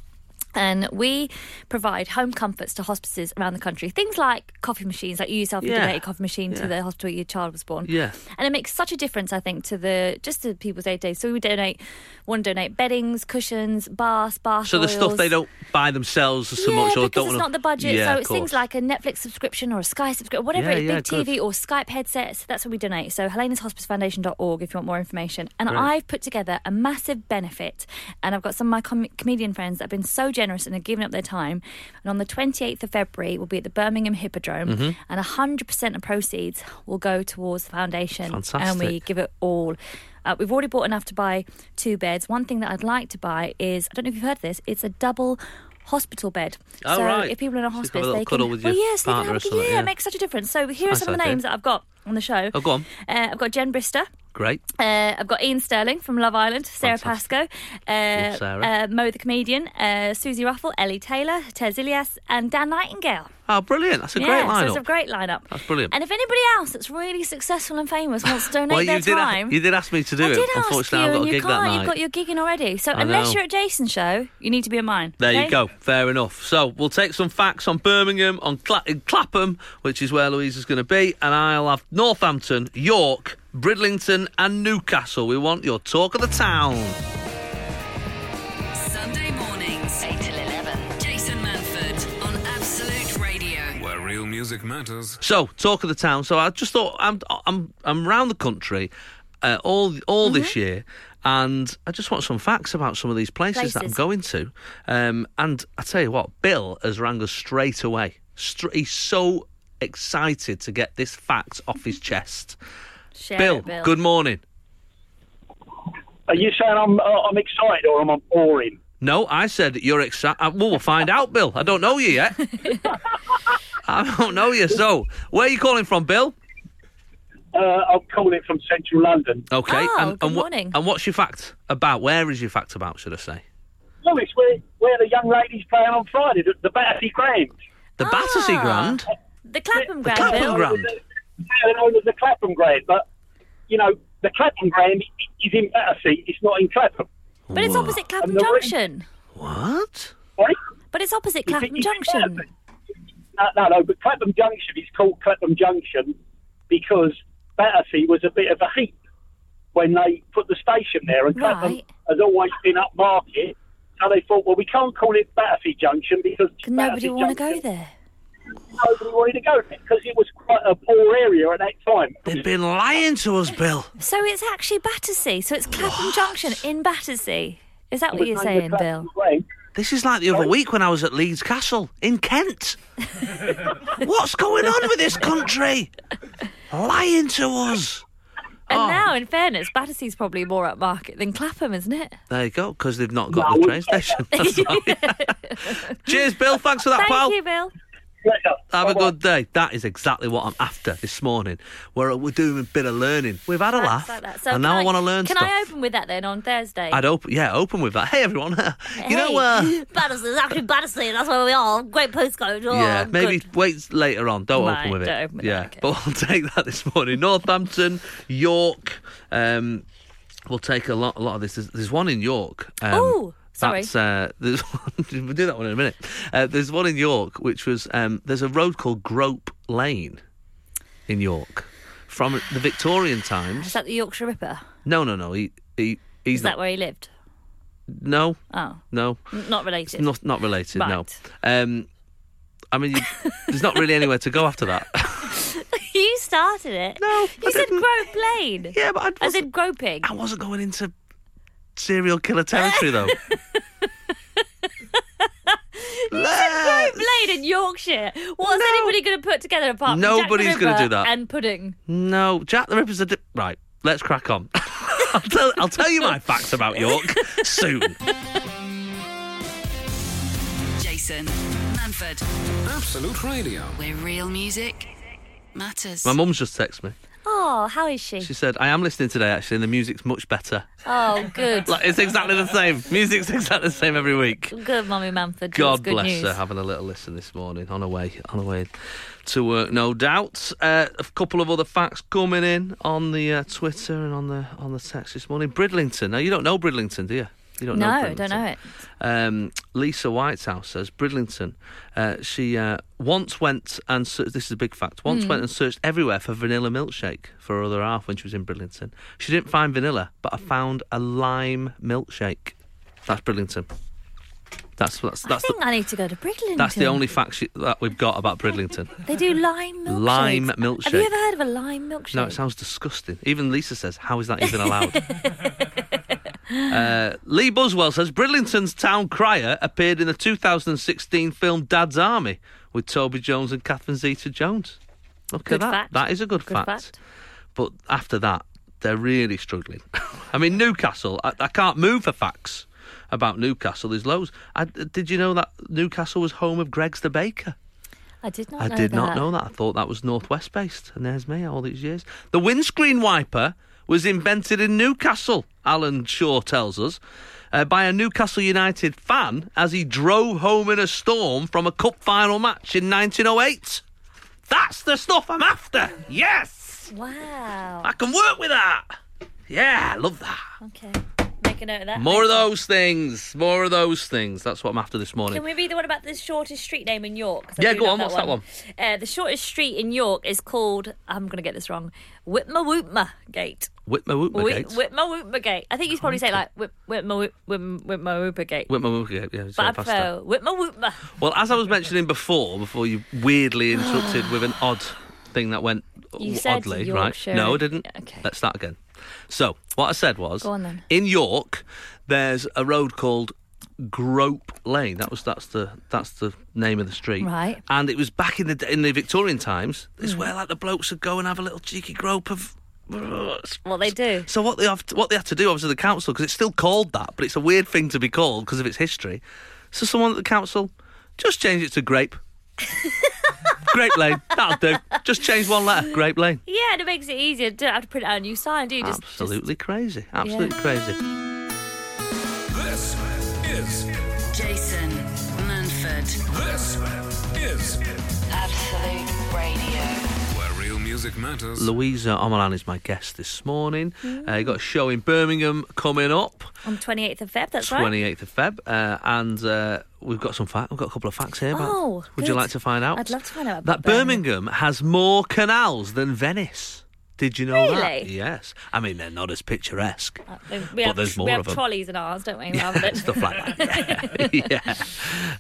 Speaker 4: And we provide home comforts to hospices around the country. Things like coffee machines, like you yourself
Speaker 3: Yeah.
Speaker 4: yeah. donated a coffee machine
Speaker 3: Yeah.
Speaker 4: to the hospital your child was born.
Speaker 3: Yeah.
Speaker 4: And it makes such a difference, I think, to the just to people's day to day. So we donate, want to donate beddings, cushions, baths, bath
Speaker 3: So the stuff
Speaker 4: oils.
Speaker 3: they don't buy themselves so
Speaker 4: yeah,
Speaker 3: much, or
Speaker 4: because
Speaker 3: don't
Speaker 4: it's
Speaker 3: wanna-
Speaker 4: not the budget.
Speaker 3: Yeah,
Speaker 4: so
Speaker 3: of
Speaker 4: it's things
Speaker 3: course.
Speaker 4: like a Netflix subscription or a Sky subscription, whatever
Speaker 3: Yeah,
Speaker 4: it is,
Speaker 3: yeah,
Speaker 4: big
Speaker 3: good.
Speaker 4: TV or Skype headsets. That's what we donate. So helenishospicefoundation.org if you want more information. And
Speaker 3: Great.
Speaker 4: I've put together a massive benefit, and I've got some of my com- comedian friends that have been so generous and have given up their time. And on the 28th of February, we'll be at the Birmingham Hippodrome,
Speaker 3: Mm-hmm.
Speaker 4: and 100% of proceeds will go towards the foundation, and we
Speaker 3: Fantastic.
Speaker 4: give it all. Uh, we've already bought enough to buy two beds. One thing that I'd like to buy is I don't know if you've heard of this. It's a double hospital bed.
Speaker 3: Oh,
Speaker 4: so
Speaker 3: right.
Speaker 4: if people are in a
Speaker 3: So you can have a
Speaker 4: hospice,
Speaker 3: little
Speaker 4: they
Speaker 3: cuddle
Speaker 4: can.
Speaker 3: with
Speaker 4: well,
Speaker 3: your
Speaker 4: yes, they can
Speaker 3: partner or
Speaker 4: have a good-
Speaker 3: something,
Speaker 4: yeah,
Speaker 3: yeah.
Speaker 4: it makes such a difference. So here are
Speaker 3: Nice
Speaker 4: some of the
Speaker 3: idea.
Speaker 4: names that I've got on the show.
Speaker 3: Oh, go on.
Speaker 4: Uh, I've got Jen Brister.
Speaker 3: Great.
Speaker 4: Uh, I've got Ian Sterling from Love Island, Sarah
Speaker 3: Fantastic.
Speaker 4: Pascoe, uh,
Speaker 3: Love Sarah.
Speaker 4: uh, Mo the comedian, uh, Susie Ruffle, Ellie Taylor, Tez Ilias, and Dan Nightingale.
Speaker 3: Oh, brilliant. That's a
Speaker 4: yeah,
Speaker 3: great
Speaker 4: so it's a
Speaker 3: lineup.
Speaker 4: great lineup.
Speaker 3: That's brilliant.
Speaker 4: And if anybody else that's really successful and famous wants to donate
Speaker 3: well,
Speaker 4: their
Speaker 3: you did,
Speaker 4: time,
Speaker 3: ask, you did ask me to do
Speaker 4: I
Speaker 3: it.
Speaker 4: did ask
Speaker 3: Unfortunately, I've
Speaker 4: you,
Speaker 3: got a
Speaker 4: and you
Speaker 3: gig
Speaker 4: can't.
Speaker 3: that night.
Speaker 4: You've got your gigging already. So
Speaker 3: I
Speaker 4: unless
Speaker 3: know.
Speaker 4: you're at Jason's show, you need to be at mine.
Speaker 3: There
Speaker 4: okay?
Speaker 3: you go. Fair enough. So we'll take some facts on Birmingham, on Cla- in Clapham, which is where Louise is going to be, and I'll have Northampton, York, Bridlington, and Newcastle. We want your talk of the town.
Speaker 2: Sunday mornings, 8 till 11. Jason Manford on Absolute Radio.
Speaker 1: Where real music matters.
Speaker 3: So talk of the town. So I just thought I'm I'm I'm round the country, uh, all all
Speaker 4: Mm-hmm.
Speaker 3: this year. And I just want some facts about some of these places, that I'm
Speaker 4: Places.
Speaker 3: going to. Um, and I tell you what, Bill has rang us straight away. Stra- he's so excited to get this fact off his chest.
Speaker 4: Share
Speaker 3: Bill,
Speaker 4: it, Bill.
Speaker 3: good morning.
Speaker 11: Are you saying I'm uh, I'm excited or am I boring?
Speaker 3: No, I said you're excited. Well, we'll find out, Bill. I don't know you yet. I don't know you. So, where are you calling from, Bill?
Speaker 11: Uh, I'm calling from Central London.
Speaker 3: Okay.
Speaker 4: Oh,
Speaker 3: and,
Speaker 4: good
Speaker 3: and, what-
Speaker 4: morning.
Speaker 3: and what's your fact about? Where is your fact about, should I say?
Speaker 11: No, it's where where the young lady's playing on Friday, the, the Battersea Grand.
Speaker 3: The Battersea
Speaker 4: Ah.
Speaker 3: Grand?
Speaker 4: The Clapham
Speaker 3: The
Speaker 4: Grand,
Speaker 3: Clapham
Speaker 4: Bill.
Speaker 3: Grand.
Speaker 11: Yeah, known as the Clapham Grand, but you know the Clapham Grand is in Battersea. It's not in Clapham.
Speaker 4: But it's opposite Clapham
Speaker 11: And the ring.
Speaker 4: Junction.
Speaker 3: What?
Speaker 11: Right?
Speaker 4: But it's opposite
Speaker 11: It's-
Speaker 4: Clapham
Speaker 11: it's in
Speaker 4: Junction.
Speaker 11: Clapham. No, no, no. But Clapham Junction is called Clapham Junction because Battersea was a bit of a heap when they put the station there, and Clapham
Speaker 4: Right.
Speaker 11: has always been upmarket. So they thought, well, we can't call it Battersea Junction because
Speaker 4: Nobody
Speaker 11: Battersea
Speaker 4: want to go
Speaker 11: Junction-
Speaker 4: there.
Speaker 11: Nobody wanted to go there because it was quite a poor area at that time.
Speaker 3: They've been lying to us, Bill.
Speaker 4: So it's actually Battersea. So it's Clapham Junction in Battersea. Is that what
Speaker 11: It was
Speaker 4: you're
Speaker 11: named the
Speaker 4: saying,
Speaker 11: Clapham
Speaker 4: Bill?
Speaker 11: Grand.
Speaker 3: This is like the other week when I was at Leeds Castle in Kent. What's going on with this country? Lying to us.
Speaker 4: And
Speaker 3: Oh.
Speaker 4: now, in fairness, Battersea's probably more upmarket than Clapham, isn't it?
Speaker 3: There you go, because they've not got
Speaker 11: No.
Speaker 3: the train station. That's why. Cheers, Bill. Thanks for that,
Speaker 4: Thank
Speaker 3: pal.
Speaker 4: you, Bill.
Speaker 11: Pleasure.
Speaker 3: Have a
Speaker 11: Bye-bye.
Speaker 3: good day. That is exactly what I'm after this morning. We're, we're doing a bit of learning. We've had a laugh,
Speaker 4: That's like that. So
Speaker 3: and now
Speaker 4: can
Speaker 3: I want to learn
Speaker 4: Can
Speaker 3: stuff.
Speaker 4: I open with that then on Thursday?
Speaker 3: would open, yeah, open with that. Hey, everyone. you know,
Speaker 4: Hey.
Speaker 3: uh,
Speaker 9: Battersea, it's actually Battersea. That's where we are. Great postcode. Oh,
Speaker 3: yeah,
Speaker 9: good.
Speaker 3: maybe wait later on. Don't
Speaker 4: Right,
Speaker 3: open with it.
Speaker 4: don't open with
Speaker 3: yeah,
Speaker 4: that, okay.
Speaker 3: but we'll take that this morning. Northampton, York. Um, we'll take a lot, a lot of this. There's, there's one in York. Um,
Speaker 4: Ooh, Oh, sorry.
Speaker 3: That's, uh, there's one, we'll do that one in a minute. Uh, there's one in York, which was um, there's a road called Grope Lane in York from the Victorian times.
Speaker 4: Is that the Yorkshire Ripper?
Speaker 3: No, no, no. He, he, he's
Speaker 4: Is
Speaker 3: not.
Speaker 4: that where he lived?
Speaker 3: No,
Speaker 4: Oh,
Speaker 3: no,
Speaker 4: n- not related.
Speaker 3: not not related. No.
Speaker 4: Oh. Right.
Speaker 3: Um, I mean, you, there's not really anywhere to go after that.
Speaker 4: you started it.
Speaker 3: No, I
Speaker 4: You said
Speaker 3: didn't.
Speaker 4: grope lane.
Speaker 3: Yeah, but I
Speaker 4: I
Speaker 3: wasn't,
Speaker 4: said groping.
Speaker 3: I wasn't going into serial killer territory though. Let's-
Speaker 4: Blade in Yorkshire. What's
Speaker 3: No.
Speaker 4: anybody going to put together apart from
Speaker 3: Nobody's
Speaker 4: going
Speaker 3: gonna
Speaker 4: to
Speaker 3: do that.
Speaker 4: And pudding.
Speaker 3: No, Jack the Ripper's a di- right. Let's crack on. I'll, tell, I'll tell you my facts about York soon.
Speaker 2: Jason Manford,
Speaker 1: Absolute Radio.
Speaker 2: where real music matters.
Speaker 3: My mum's just texted me.
Speaker 4: Oh, how is she?
Speaker 3: She said, "I am listening today, actually, and the music's much better.
Speaker 4: Oh, good.
Speaker 3: Like it's exactly the same. Music's exactly the same every week."
Speaker 4: Good, Mummy Manford. That's
Speaker 3: God
Speaker 4: good
Speaker 3: bless
Speaker 4: news.
Speaker 3: her, having a little listen this morning on her way, on her way to work, no doubt. Uh, a couple of other facts coming in on the uh, Twitter and on the on the text this morning. Bridlington. Now you don't know Bridlington, do you? You don't
Speaker 4: No,
Speaker 3: know.
Speaker 4: I don't know it.
Speaker 3: Um, Lisa Whitehouse says Bridlington. Uh, she uh, once went and se- this is a big fact.
Speaker 4: Hmm.
Speaker 3: Once went and searched everywhere for vanilla milkshake for her other half when she was in Bridlington. She didn't find vanilla, but I found a lime milkshake. That's Bridlington. That's that's
Speaker 4: I
Speaker 3: that's
Speaker 4: think
Speaker 3: the,
Speaker 4: I need to go to Bridlington.
Speaker 3: that's the only fact she, that we've got about Bridlington.
Speaker 4: They do lime milkshake.
Speaker 3: Lime
Speaker 4: Have you
Speaker 3: milkshake.
Speaker 4: ever heard of a lime milkshake?
Speaker 3: No, it sounds disgusting. Even Lisa says, "How is that even allowed?" uh, Lee Buswell says Bridlington's town crier appeared in the 2016 film Dad's Army with Toby Jones and Catherine Zeta-Jones. Look at
Speaker 4: Good
Speaker 3: that.
Speaker 4: fact.
Speaker 3: That is a good,
Speaker 4: Good fact.
Speaker 3: But after that, they're really struggling. I mean, Newcastle. I, I can't move for facts about Newcastle. There's loads. I, did you know that Newcastle was home of Greg's the Baker?
Speaker 4: I did not.
Speaker 3: I
Speaker 4: know
Speaker 3: did
Speaker 4: that.
Speaker 3: not know that. I thought that was Northwest based, and there's me all these years. The windscreen wiper was invented in Newcastle, Alan Shaw tells us, uh, by a Newcastle United fan as he drove home in a storm from a cup final match in 1908. That's the stuff I'm after. Yes,
Speaker 4: Wow.
Speaker 3: I can work with that. Yeah, I love that.
Speaker 4: Okay. Make a note of that.
Speaker 3: More of those things. More of those things. That's what I'm after this morning.
Speaker 4: Can we read the one about the shortest street name in York? 'Cause I
Speaker 3: Yeah,
Speaker 4: do
Speaker 3: go
Speaker 4: love
Speaker 3: on, what's that one?
Speaker 4: Uh, the shortest street in York is called, I'm going to get this wrong, Whitmer Wootmer Gate.
Speaker 3: Whitmer Whitmer
Speaker 4: Whit-
Speaker 3: Gate.
Speaker 4: Whitmer Wootmer Gate. I think you probably say like Whit- Whitmer Woot- Whim- Whitmer Wootmer Gate.
Speaker 3: Whitmer Whitmer Gate. Yeah,
Speaker 4: But
Speaker 3: sorry,
Speaker 4: I
Speaker 3: past that.
Speaker 4: prefer Whitmer Wootmer.
Speaker 3: Well, as I was mentioning before, before you weirdly interrupted with an odd thing that went
Speaker 4: You
Speaker 3: w-
Speaker 4: said
Speaker 3: oddly,
Speaker 4: Yorkshire.
Speaker 3: right? No, I didn't.
Speaker 4: Okay.
Speaker 3: Let's start again. So, what I said was,
Speaker 4: on then.
Speaker 3: in York, there's a road called Grope Lane. That was that's the that's the name of the street.
Speaker 4: Right. Hmm.
Speaker 3: And it was back in the d- in the Victorian times. It's where like the blokes would go and have a little cheeky grope of. uh,
Speaker 4: What they do.
Speaker 3: So what they have to, what they had to do, obviously, the council because it's still called that, but it's a weird thing to be called because of its history. So someone at the council just change it to grape. grape Lane, that'll do. Just change one letter, Grape Lane.
Speaker 4: Yeah, and it makes it easier. Don't have to print out a new sign, do you? Just, just-
Speaker 3: Absolutely crazy. Absolutely crazy.
Speaker 1: This is
Speaker 2: Jason Manford,
Speaker 1: this is
Speaker 2: Absolute Radio.
Speaker 1: where real music matters.
Speaker 3: Louisa Omalan is my guest this morning.
Speaker 4: Mm.
Speaker 3: Uh, you got a show in Birmingham coming up,
Speaker 4: on 28th of Feb, that's right.
Speaker 3: twenty eighth of Feb, uh, and uh, we've got some facts. We've got a couple of facts here. Matt.
Speaker 4: Oh,
Speaker 3: would you
Speaker 4: good.
Speaker 3: like to find out?
Speaker 4: I'd love to find out
Speaker 3: that
Speaker 4: about
Speaker 3: Birmingham has more canals than Venice. Did you know that?
Speaker 4: Really? Uh,
Speaker 3: Yes. I mean, they're not as picturesque.
Speaker 4: We
Speaker 3: But
Speaker 4: have,
Speaker 3: there's more
Speaker 4: we have
Speaker 3: of 'em.
Speaker 4: trolleys in ours, don't we? rather than-
Speaker 3: Stuff like that. Yeah.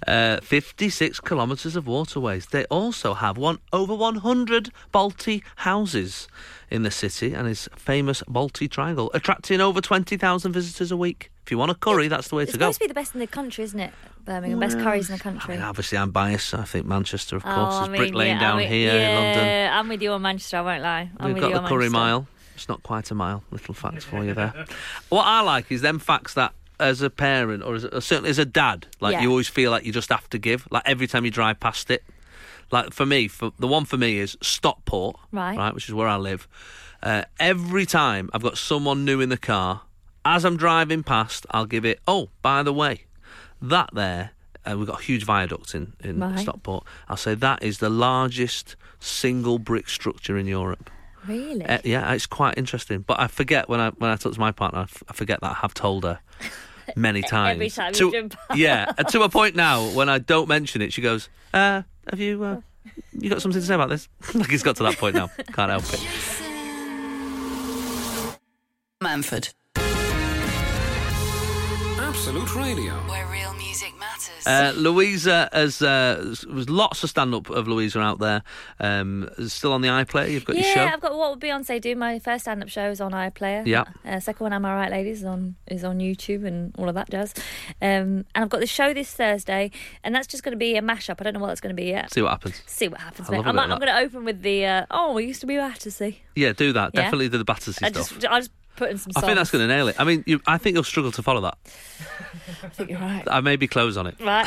Speaker 3: yeah. Uh, 56 kilometres of waterways. They also have one over 100 Balti houses in the city and its famous Balti Triangle, attracting over 20,000 visitors a week. If you want a curry, that's the way
Speaker 4: It's
Speaker 3: to go.
Speaker 4: supposed to be the best in the country, isn't it? Birmingham, best curries in the
Speaker 3: I
Speaker 4: country.
Speaker 3: mean, obviously, I'm biased. I think Manchester, of course,
Speaker 4: Oh, I
Speaker 3: is Brick
Speaker 4: mean,
Speaker 3: Lane
Speaker 4: yeah,
Speaker 3: down
Speaker 4: I mean-
Speaker 3: here in London.
Speaker 4: Yeah, I'm with you on Manchester. I won't lie. I'm
Speaker 3: We've
Speaker 4: with
Speaker 3: got
Speaker 4: you
Speaker 3: the
Speaker 4: on
Speaker 3: Curry
Speaker 4: Manchester.
Speaker 3: Mile. It's not quite a mile. Little facts for you there. what I like is them facts that, as a parent or as a, certainly as a dad, like
Speaker 4: Yeah.
Speaker 3: you always feel like you just have to give. Like every time you drive past it. Like for me, for the one for me is Stockport,
Speaker 4: Right.
Speaker 3: Right, which is where I live. Uh, every time I've got someone new in the car, as I'm driving past, I'll give it. Oh, by the way, that there. Uh, we've got a huge viaduct in, in
Speaker 4: Right.
Speaker 3: Stockport. I'll say that is the largest single brick structure in Europe.
Speaker 4: Really?
Speaker 3: Uh, yeah, it's quite interesting. But I forget when I when I talk to my partner, I, f- I forget that I have told her many times.
Speaker 4: E-, Every time
Speaker 3: to,
Speaker 4: you jump out.
Speaker 3: Yeah, and to a point now when I don't mention it, she goes, uh, "Have you uh, you got something to say about this?" like it's got to that point now. Can't help it.
Speaker 2: Manford,
Speaker 1: Absolute Radio.
Speaker 2: where real music matters.
Speaker 3: Uh, Louisa has uh, s- was lots of stand up of Louisa out there. Um, still on the iPlayer. You've got your show.
Speaker 4: Yeah, I've got what would Beyonce do? My first stand-up show is on iPlayer.
Speaker 3: Yeah.
Speaker 4: Uh, second one, Am I Right, Ladies, is on is on YouTube and all of that jazz. Um, and I've got the show this Thursday, and that's just going to be a mashup. I don't know what that's going to be yet.
Speaker 3: See what happens.
Speaker 4: See what happens.
Speaker 3: I
Speaker 4: mate.
Speaker 3: love a
Speaker 4: I'm,
Speaker 3: bit
Speaker 4: I'm
Speaker 3: of
Speaker 4: going
Speaker 3: that.
Speaker 4: to open with the uh, oh, we used to be Battersea.
Speaker 3: Yeah, do that.
Speaker 4: Yeah.
Speaker 3: Definitely do the Battersea
Speaker 4: I
Speaker 3: stuff.
Speaker 4: just I just put in some.
Speaker 3: I
Speaker 4: Songs.
Speaker 3: think that's going to nail it. I mean, you, I think you'll struggle to follow that.
Speaker 4: I think you're right.
Speaker 3: I maybe close on it.
Speaker 4: Right.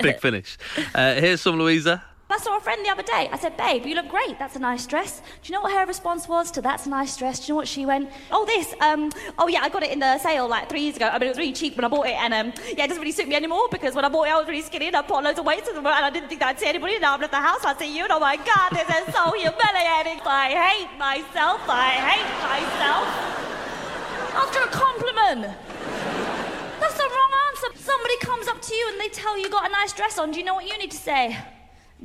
Speaker 3: Big finish. Uh, here's some Louisa.
Speaker 10: I saw a friend the other day. I said, Babe, you look great. That's a nice dress. Do you know what her response was to that's a nice dress? Do you know what she went? Oh, this. Um, oh, yeah, I got it in the sale like three years ago. I mean, it was really cheap when I bought it. And um, yeah, it doesn't really suit me anymore because when I bought it, I was really skinny and I put on loads of weight. And I didn't think that I'd see anybody. Now I've left the house. I see you. And oh my God, this is so humiliating. I hate myself. I hate myself. After a compliment. somebody comes up to you and they tell you you got a nice dress on, do you know what you need to say?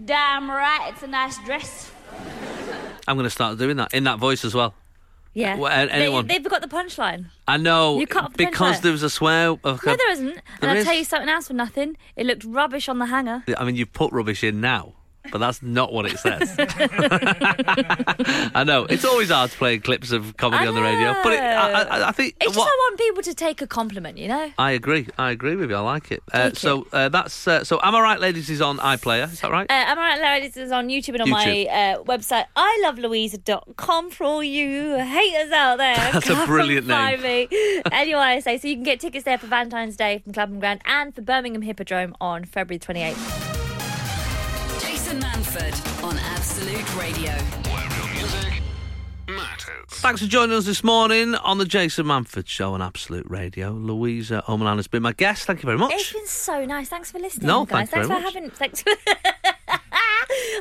Speaker 10: Damn right, it's a nice dress.
Speaker 3: I'm going to start doing that in that voice as well.
Speaker 4: Yeah.
Speaker 3: Well, an- anyone.
Speaker 4: They, have got the punchline.
Speaker 3: I know
Speaker 4: You cut off the
Speaker 3: because
Speaker 4: punchline.
Speaker 3: there was a swear. Okay.
Speaker 4: No, there isn't. And
Speaker 3: There
Speaker 4: I'll
Speaker 3: is.
Speaker 4: tell you something else for nothing. It looked rubbish on the hanger.
Speaker 3: I mean, you put rubbish in now, but that's not what it says. I know it's always hard to play clips of comedy
Speaker 4: I
Speaker 3: on the radio, but it, I, I, I think
Speaker 4: It's just
Speaker 3: what-
Speaker 4: I want people to take a compliment, you know?
Speaker 3: I agree. I agree with you. I like it. Uh, so uh, that's uh, so. Am I right, ladies? Is on iPlayer. Is that right?
Speaker 4: Uh, Am I right, Larry? This is on YouTube and on
Speaker 3: YouTube.
Speaker 4: my uh, website, ilovelouisa.com for all you haters out there.
Speaker 3: That's a
Speaker 4: Come
Speaker 3: brilliant
Speaker 4: find me. anyway, so, so you can get tickets there for Valentine's Day from Club and Grand and for Birmingham Hippodrome on February 28th.
Speaker 2: Jason Manford on Absolute Radio.
Speaker 1: Where real music matters.
Speaker 3: Thanks for joining us this morning on the Jason Manford Show on Absolute Radio. Louisa Omalan has been my guest. Thank you very much.
Speaker 4: It's been so nice. Thanks for listening,
Speaker 3: No,
Speaker 4: guys.
Speaker 3: thank you
Speaker 4: thanks for
Speaker 3: very
Speaker 4: having. Thanks for.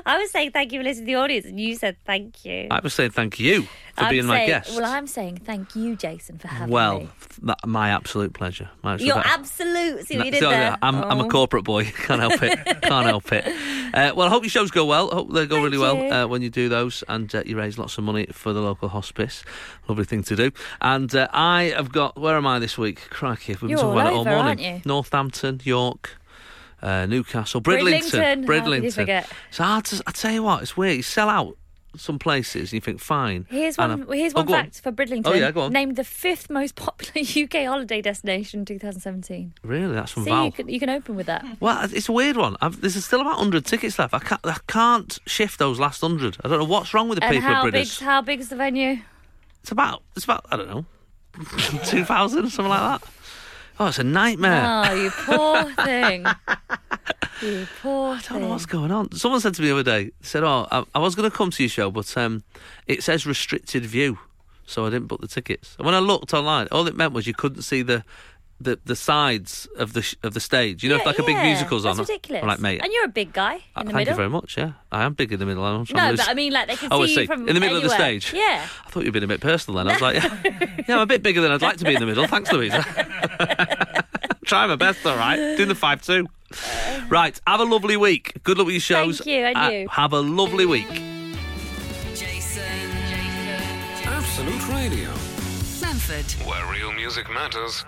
Speaker 4: I was saying thank you for listening to the audience, and you said thank you.
Speaker 3: I was saying thank you Uh, for
Speaker 4: I'm
Speaker 3: being my
Speaker 4: saying-
Speaker 3: guest.
Speaker 4: Well, I'm saying thank you, Jason, for having
Speaker 3: Well,
Speaker 4: me.
Speaker 3: th- my absolute pleasure. My absolute
Speaker 4: You're
Speaker 3: pleasure.
Speaker 4: absolute. See what you
Speaker 3: No,
Speaker 4: did
Speaker 3: so,
Speaker 4: there.
Speaker 3: yeah, I'm, I'm a
Speaker 4: Oh.
Speaker 3: corporate boy. Can't help it. Can't help it. Uh, well, I hope your shows go well. I hope they go really
Speaker 4: you.
Speaker 3: well uh, when you do those, and uh, you raise lots of money for the local hospice. Lovely thing to do. And uh, I have got. Where am I this week? Crikey, we've been
Speaker 4: You're
Speaker 3: talking
Speaker 4: all
Speaker 3: about it
Speaker 4: over,
Speaker 3: all morning.
Speaker 4: aren't you?
Speaker 3: Northampton, York. Uh, Newcastle,
Speaker 4: Bridlington.
Speaker 3: Bridlington,
Speaker 4: How could you forget?
Speaker 3: It's hard to. I tell you what, it's weird. You sell out some places, and you think, fine.
Speaker 4: Here's
Speaker 3: and
Speaker 4: one.
Speaker 3: I-
Speaker 4: Here's
Speaker 3: Oh,
Speaker 4: one
Speaker 3: go on.
Speaker 4: fact for Bridlington.
Speaker 3: Oh, yeah, go on.
Speaker 4: Named the fifth most popular UK holiday destination in 2017.
Speaker 3: Really, that's from
Speaker 4: See,
Speaker 3: Val.
Speaker 4: you can you can open with that.
Speaker 3: Well, it's a weird one. I've, there's still about 100 tickets left. I can't, I can't shift those last 100. I don't know what's wrong with the
Speaker 4: And
Speaker 3: people at
Speaker 4: how big?
Speaker 3: British.
Speaker 4: How big is the venue?
Speaker 3: It's about, it's about, I don't know, 2,000 or something like that. Oh, it's a nightmare.
Speaker 4: Oh, you poor thing. you
Speaker 3: I
Speaker 4: poor
Speaker 3: don't know
Speaker 4: thing.
Speaker 3: what's going on. Someone said to me the other day, they said, oh, I, I was going to come to your show, but um, it says restricted view, so I didn't book the tickets. And when I looked online, all it meant was you couldn't see the... The, the sides of the sh- of the stage, you know, if
Speaker 4: Yeah,
Speaker 3: like a big
Speaker 4: yeah,
Speaker 3: musical's on.
Speaker 4: That's ridiculous.
Speaker 3: I'm like, mate,
Speaker 4: And you're a big guy in
Speaker 3: Uh,
Speaker 4: the
Speaker 3: Thank
Speaker 4: middle.
Speaker 3: you very much. Yeah, I am big in the middle. I'm trying to
Speaker 4: no,
Speaker 3: lose-
Speaker 4: but I mean, like they can
Speaker 3: Oh, I
Speaker 4: see,
Speaker 3: see.
Speaker 4: you from
Speaker 3: in the middle of the
Speaker 4: anywhere.
Speaker 3: stage.
Speaker 4: Yeah.
Speaker 3: I thought you'd been a bit personal then. I was like, yeah, yeah, I'm a bit bigger than I'd like to be in the middle. Thanks, Louisa. Try my best, all right. Doing the five two. Right. Have a lovely week. Good luck with your shows.
Speaker 4: Uh. Thank you, and
Speaker 3: Uh,
Speaker 4: you.
Speaker 3: have a lovely week.
Speaker 2: Jason.
Speaker 1: Absolute Radio.
Speaker 2: Manford.
Speaker 1: Where real music matters.